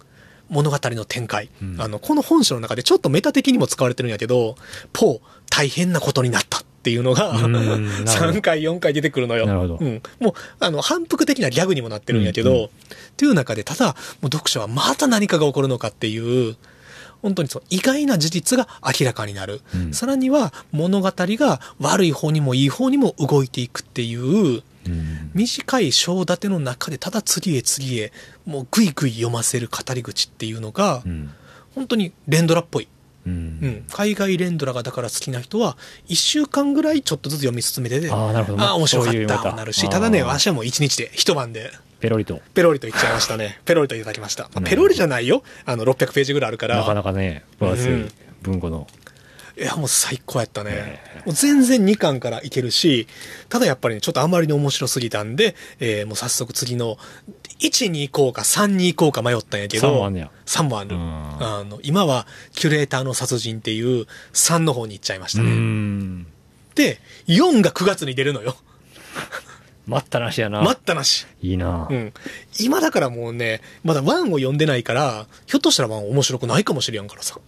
S1: 物語の展開。
S2: うん
S1: あの、この本書の中でちょっとメタ的にも使われてるんやけど、ポー、大変なことになったっていうのが、
S2: う んなるほど
S1: 3回、4回出てくるのよ。
S2: なるほど
S1: うん。もう、あの、反復的なギャグにもなってるんやけ
S2: うんう
S1: ど、っていう中で、ただ、もう読者はまた何かが起こるのかっていう、本当にその意外な事実が明らかになる。
S2: うん
S1: さらには物語が悪い方にもいい方にも動いていくっていう、
S2: うん
S1: 短い章立ての中でただ次へ次へもうぐいぐい読ませる語り口っていうのが
S2: うん
S1: 本当に連ドラっぽい、
S2: う
S1: うんん、海外連ドラがだから好きな人は1週間ぐらいちょっとずつ読み進めてて
S2: ああなるほど
S1: ああ面白か
S2: そういうま
S1: った
S2: た
S1: なるし、ただね
S2: あー
S1: 私はもう1日で一晩で
S2: ペロリと
S1: ペロリと言っちゃいましたねペロリといただきました、まあ
S2: うん
S1: ペロリじゃないよあの600ページぐらいあるから
S2: なかなかね分厚
S1: う
S2: い
S1: ん
S2: 文庫の
S1: いや、もう最高やったね。
S2: え
S1: もう全然2巻からいけるし、ただやっぱりね、ちょっとあまりに面白すぎたんで、えーもう早速次の1に行こうか3に行こうか迷ったんやけど、
S2: 三もあんねや
S1: 3もある。
S2: うん
S1: あの、今はキュレーターの殺人っていう3の方に行っちゃいました
S2: うー
S1: ね。
S2: ん
S1: で、4が9月に出るのよ。
S2: 待ったなしやな、
S1: 待ったなし。
S2: いいな、
S1: うん。今だからもうね、まだ1を読んでないから、ひょっとしたら1面白くないかもしれんから さ。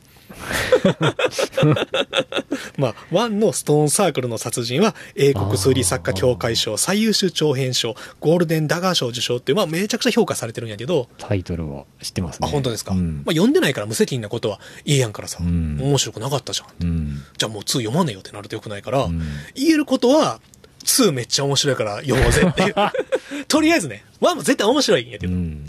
S1: まあ、1のストーンサークルの殺人は、英国数理作家協会賞、最優秀長編賞、ゴールデンダガー賞受賞っていう、まあ、めちゃくちゃ評価されてるんやけど、
S2: タイトルを知ってます
S1: あ、
S2: ね
S1: 本当ですか。
S2: うん
S1: まあ、読んでないから無責任なことは言えやんからさ、
S2: うん
S1: 面白くなかったじゃん。
S2: うん
S1: じゃあもう2読まねえよってなるとよくないから、
S2: うん
S1: 言えることは、2めっちゃ面白いから読もうぜって いう。とりあえずね、1も絶対面白いんやけ
S2: う
S1: ど、
S2: ん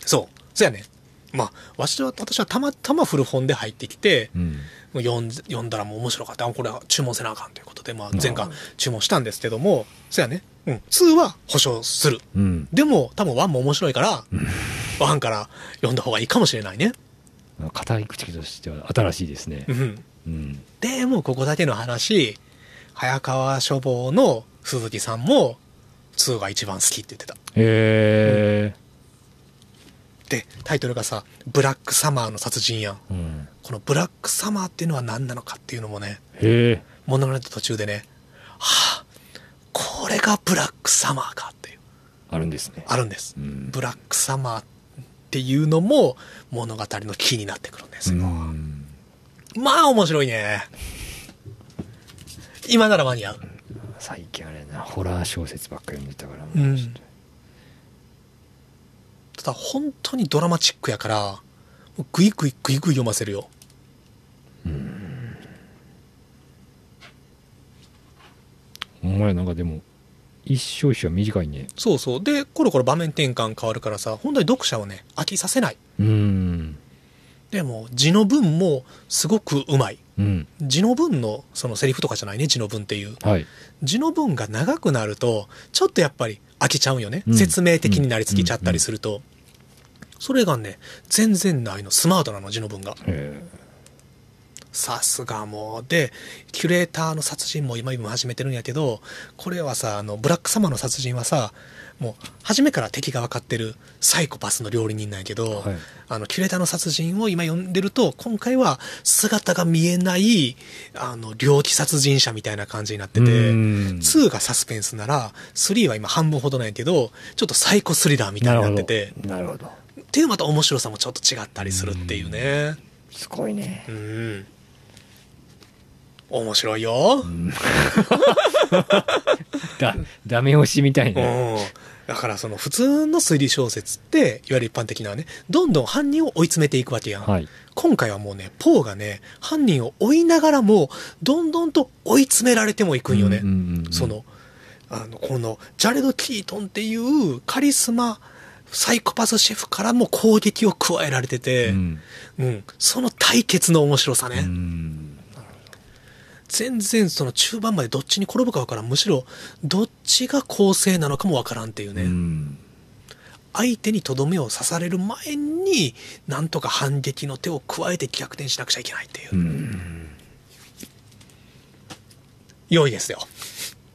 S1: そう。そやね。まあ、わしは、私はたまたま古本で入ってきて、
S2: うん
S1: もう読ん読んだらもう面白かった。あこれは注文せなあかんということで、まあ
S2: るほど
S1: 前回注文したんですけども、そやね。うん。2は保証する。
S2: うん
S1: でも、多分1も面白いから、1から読んだ方がいいかもしれないね。
S2: 語り口としては新しいですね
S1: う、ん。
S2: うん、
S1: で、もうここだけの話、早川書房の鈴木さんも、2が一番好きって言ってた。
S2: へえ、
S1: で、タイトルがさ、ブラックサマーの殺人やん。
S2: うん、
S1: このブラックサマーっていうのは何なのかっていうのもね、
S2: へえ
S1: 物語の途中でね、はあ、これがブラックサマーかっていう、
S2: あるんですね
S1: あるんです
S2: う。ん
S1: ブラックサマーっていうのも物語のキーになってくるんですよ。
S2: うん
S1: まあ面白いね。今なら間に合う。
S2: 最近あれやなホラー小説ばっかり読んでたから、
S1: うんただ本当にドラマチックやから、グイグイグイグイ読ませるよ。
S2: お前なんかでも一生一生は短いね
S1: そうそう。で、コロコロ場面転換変わるからさ、本当に読者をね、飽きさせない。
S2: うん
S1: でも、字の文もすごくうまい。
S2: うん
S1: 字の文の、そのセリフとかじゃないね、字の文っていう。
S2: はい
S1: 字の文が長くなるとちょっとやっぱり飽きちゃうんよね、
S2: うん
S1: 説明的になりすぎちゃったりすると、それがね全然ないのスマートなの字の文が
S2: へ
S1: さすがもうでキュレーターの殺人も今今始めてるんやけどこれはさあのブラック様の殺人はさもう初めから敵が分かってるサイコパスの料理人なんやけど、
S2: はい
S1: あのキュレーターの殺人を今読んでると今回は姿が見えないあの猟奇殺人者みたいな感じになってて。
S2: うん
S1: 2がサスペンスなら、3は今半分ほどなんやけど、ちょっとサイコスリラーみたいになってて、
S2: なるほど
S1: っていうまた面白さもちょっと違ったりするっていうね。
S2: すごいね
S1: うん。面白いよ。
S2: だダメ押しみたいうな、
S1: ん。だからその普通の推理小説って、いわゆる一般的なね、どんどん犯人を追い詰めていくわけやん。
S2: はい
S1: 今回はもうね、ポーがね、犯人を追いながらも、どんどんと追い詰められてもいくんよね。
S2: うんうんうんうん
S1: その、あの、この、ジャレド・キートンっていうカリスマ、サイコパスシェフからも攻撃を加えられてて、
S2: う
S1: うん、
S2: ん
S1: その対決の面白さね。
S2: うん
S1: 全然その中盤までどっちに転ぶかわからん。むしろ、どっちが公正なのかもわからんっていうね。
S2: うん
S1: 相手にとどめを刺される前に、なんとか反撃の手を加えて逆転しなくちゃいけないっていう。
S2: うん
S1: 良いですよ。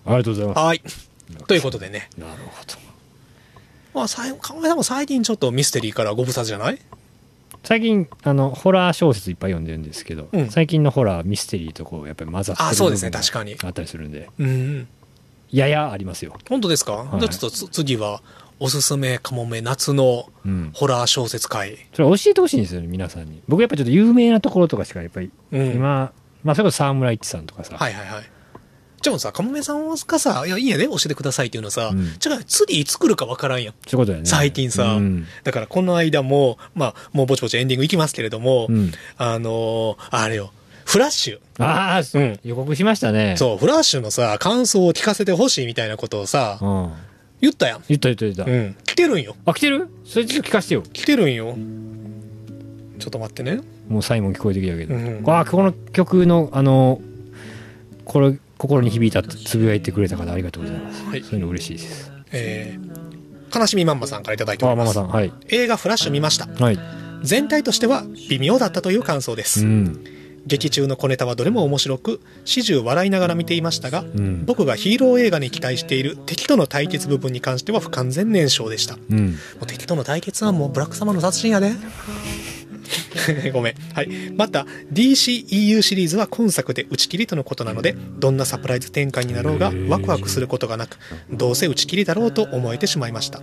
S2: ありがとうございま
S1: はい。
S2: す
S1: ということでね。
S2: なるほど
S1: まあ、最後、かもさんも最近ちょっとミステリーからご無沙汰じゃない
S2: 最近あのホラー小説いっぱい読んでるんですけど、
S1: うん
S2: 最近のホラーミステリーとこうやっぱり混ざってる
S1: あそうですね
S2: 部分が
S1: 確かに
S2: あったりするんで
S1: うん。
S2: ややありますよ、
S1: 本当ですか、
S2: はい
S1: じゃあちょっとつ次は、おすすめかもめ夏の
S2: うん、
S1: ホラー小説会。
S2: それ教えてほしいんですよね皆さんに僕やっぱちょっと有名なところとかしかやっぱり
S1: うん。
S2: 今、まあそれこそ沢村一樹さんとかさ、
S1: はいはいはい。じゃあさ、かもめさんがさ、いや、いいんやで、教えてくださいっていうのはさ、
S2: うん
S1: じゃあ次いつ来るかわからんやん。
S2: そういうことだよね
S1: 最近さ
S2: うん
S1: だからこの間も、まあ、もうぼちぼちエンディングいきますけれども、
S2: うん
S1: あのーあれよ、フラッシュ。
S2: ああ、
S1: うん
S2: 予告しましたね
S1: そう、フラッシュのさ、感想を聞かせてほしいみたいなことをさ、
S2: うん、
S1: 言ったやん。
S2: 言った言った言った、
S1: うん。来てるんよ。
S2: あ来てるそれちょっと聞かせてよ
S1: 来てるんよ。ちょっと待ってね。
S2: もうサイモン聞こえてきたけど、
S1: うん
S2: ああこの曲のあのこれ心に響いたとつぶやいてくれた方ありがとうございます、
S1: はい
S2: そういうの嬉しいです
S1: えー悲しみマンマさんからいただいて
S2: あ
S1: お
S2: あ
S1: り
S2: マ
S1: ま
S2: マ
S1: す
S2: さんはい
S1: 映画フラッシュ見ました
S2: はい
S1: 全体としては微妙だったという感想で
S2: う
S1: す、
S2: ん
S1: 劇中の小ネタはどれも面白く始終笑いながら見ていましたが、
S2: ん
S1: 僕がヒーロー映画に期待している敵との対決部分に関しては不完全燃焼でしたも
S2: うん
S1: う敵との対決はもうブラック様の殺人やで ごめん、はい、また DCEU シリーズは今作で打ち切りとのことなのでどんなサプライズ展開になろうがワクワクすることがなくどうせ打ち切りだろうと思えてしまいました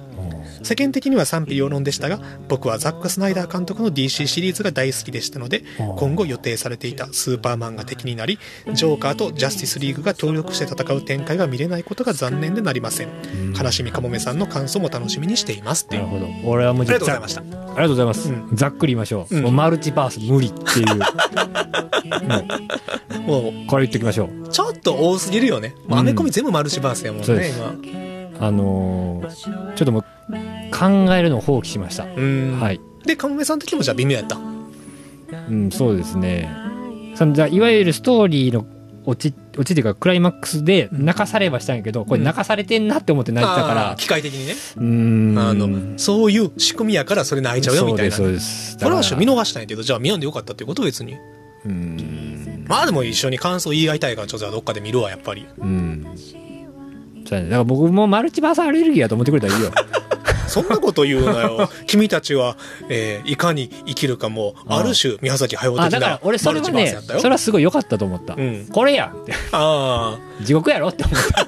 S1: 世間的には賛否両論でしたが僕はザック・スナイダー監督の DC シリーズが大好きでしたので
S2: うん
S1: 今後予定されていたスーパーマンが敵になりジョーカーとジャスティスリーグが協力して戦う展開が見れないことが残念でなりません
S2: ん
S1: 悲しみかもめさんの感想も楽しみにしていますって
S2: ないる
S1: う
S2: ほど俺はもう
S1: ありがとうございました
S2: ありがとうございます、
S1: う
S2: ざっくり言いましょう、
S1: うん
S2: もうマルチバース無理 っていうも
S1: も
S2: うこれ言っときましょう
S1: うちょっと多すぎるよねもうアメコミ全部マルチバースやもん
S2: そう
S1: ね
S2: です
S1: 今
S2: あのーちょっともう考えるのを放棄しました、
S1: うん
S2: はい、
S1: でかもめさん的にもじゃあ微妙やった
S2: うん、そうですねそのじゃあいわゆるストーリーのオチオチっていうかクライマックスで泣かされはしたんやけどこれ泣かされてんなって思って泣いてたか
S1: あー
S2: ら
S1: 機械的にね
S2: うーん
S1: あのそういう仕組みやからそれ泣いちゃうよみたいな
S2: そう
S1: こ
S2: ですそうです
S1: れは見
S2: の
S1: 逃したんやけどじゃあ見やんでよかったっていうこと別に
S2: うん
S1: まあでも一緒に感想言い合いたいからちょっとどっかで見るわやっ ぱり
S2: うんそうやねだから僕もマルチバースアレルギーやと思ってくれた らいいよ
S1: そんなこと言うなよ君たちは、えーいかに生きるかも
S2: ああ
S1: ある種宮崎駿
S2: あ
S1: 的
S2: だか
S1: な
S2: ら俺そ
S1: マ
S2: れ
S1: ルチ
S2: は
S1: バー
S2: ね
S1: スやったよ
S2: それはすごい良かったと思った、
S1: うん
S2: これやって
S1: あ
S2: 地獄やろって思った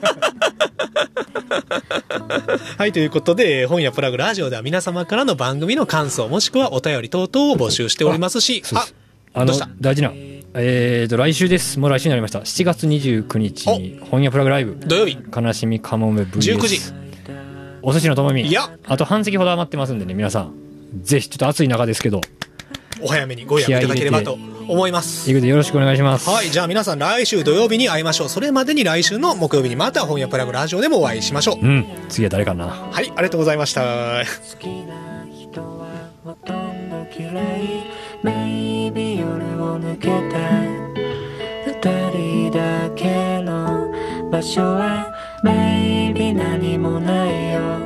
S1: あはいということでえー本やプラグラジオでは皆様からの番組の感想もしくはお便り等々を募集しておりますし
S2: そうで
S1: あ
S2: すあの
S1: どうした
S2: 大事なえー、と来週ですもう来週になりました7月29日に本屋プラグライブ
S1: 土曜日
S2: 悲しみかもめ VS
S1: 19時
S2: お寿司のともみ
S1: いや
S2: あと半席ほど余ってますんでね皆さんぜひちょっと暑い中ですけど
S1: お早めにご予約いただければと思います
S2: 行くでよろしくお願いします
S1: はいじゃあ皆さん来週土曜日に会いましょうそれまでに来週の木曜日にまた本屋プラグラジオでもお会いしましょう
S2: うん次は誰かな
S1: はいありがとうございました
S3: 好きな人はほとんど嫌い Maybe 夜を抜けた二人だけの場所は Maybe 何もないよ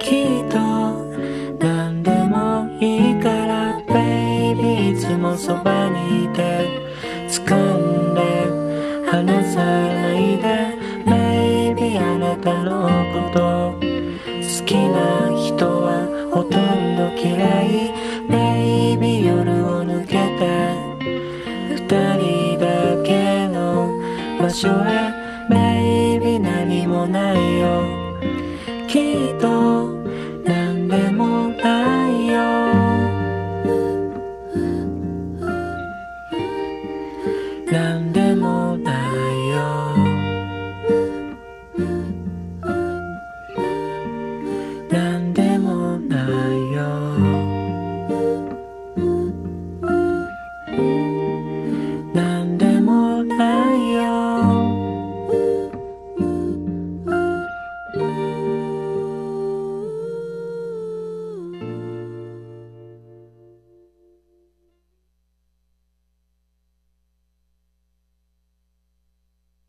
S3: きっと何でもいいから Baby いつもそばにいて掴んで離さないで Maybe あなたのこと好きな人はほとんど嫌い Baby 夜を抜けた二人だけの場所へ Baby 何もないよきっと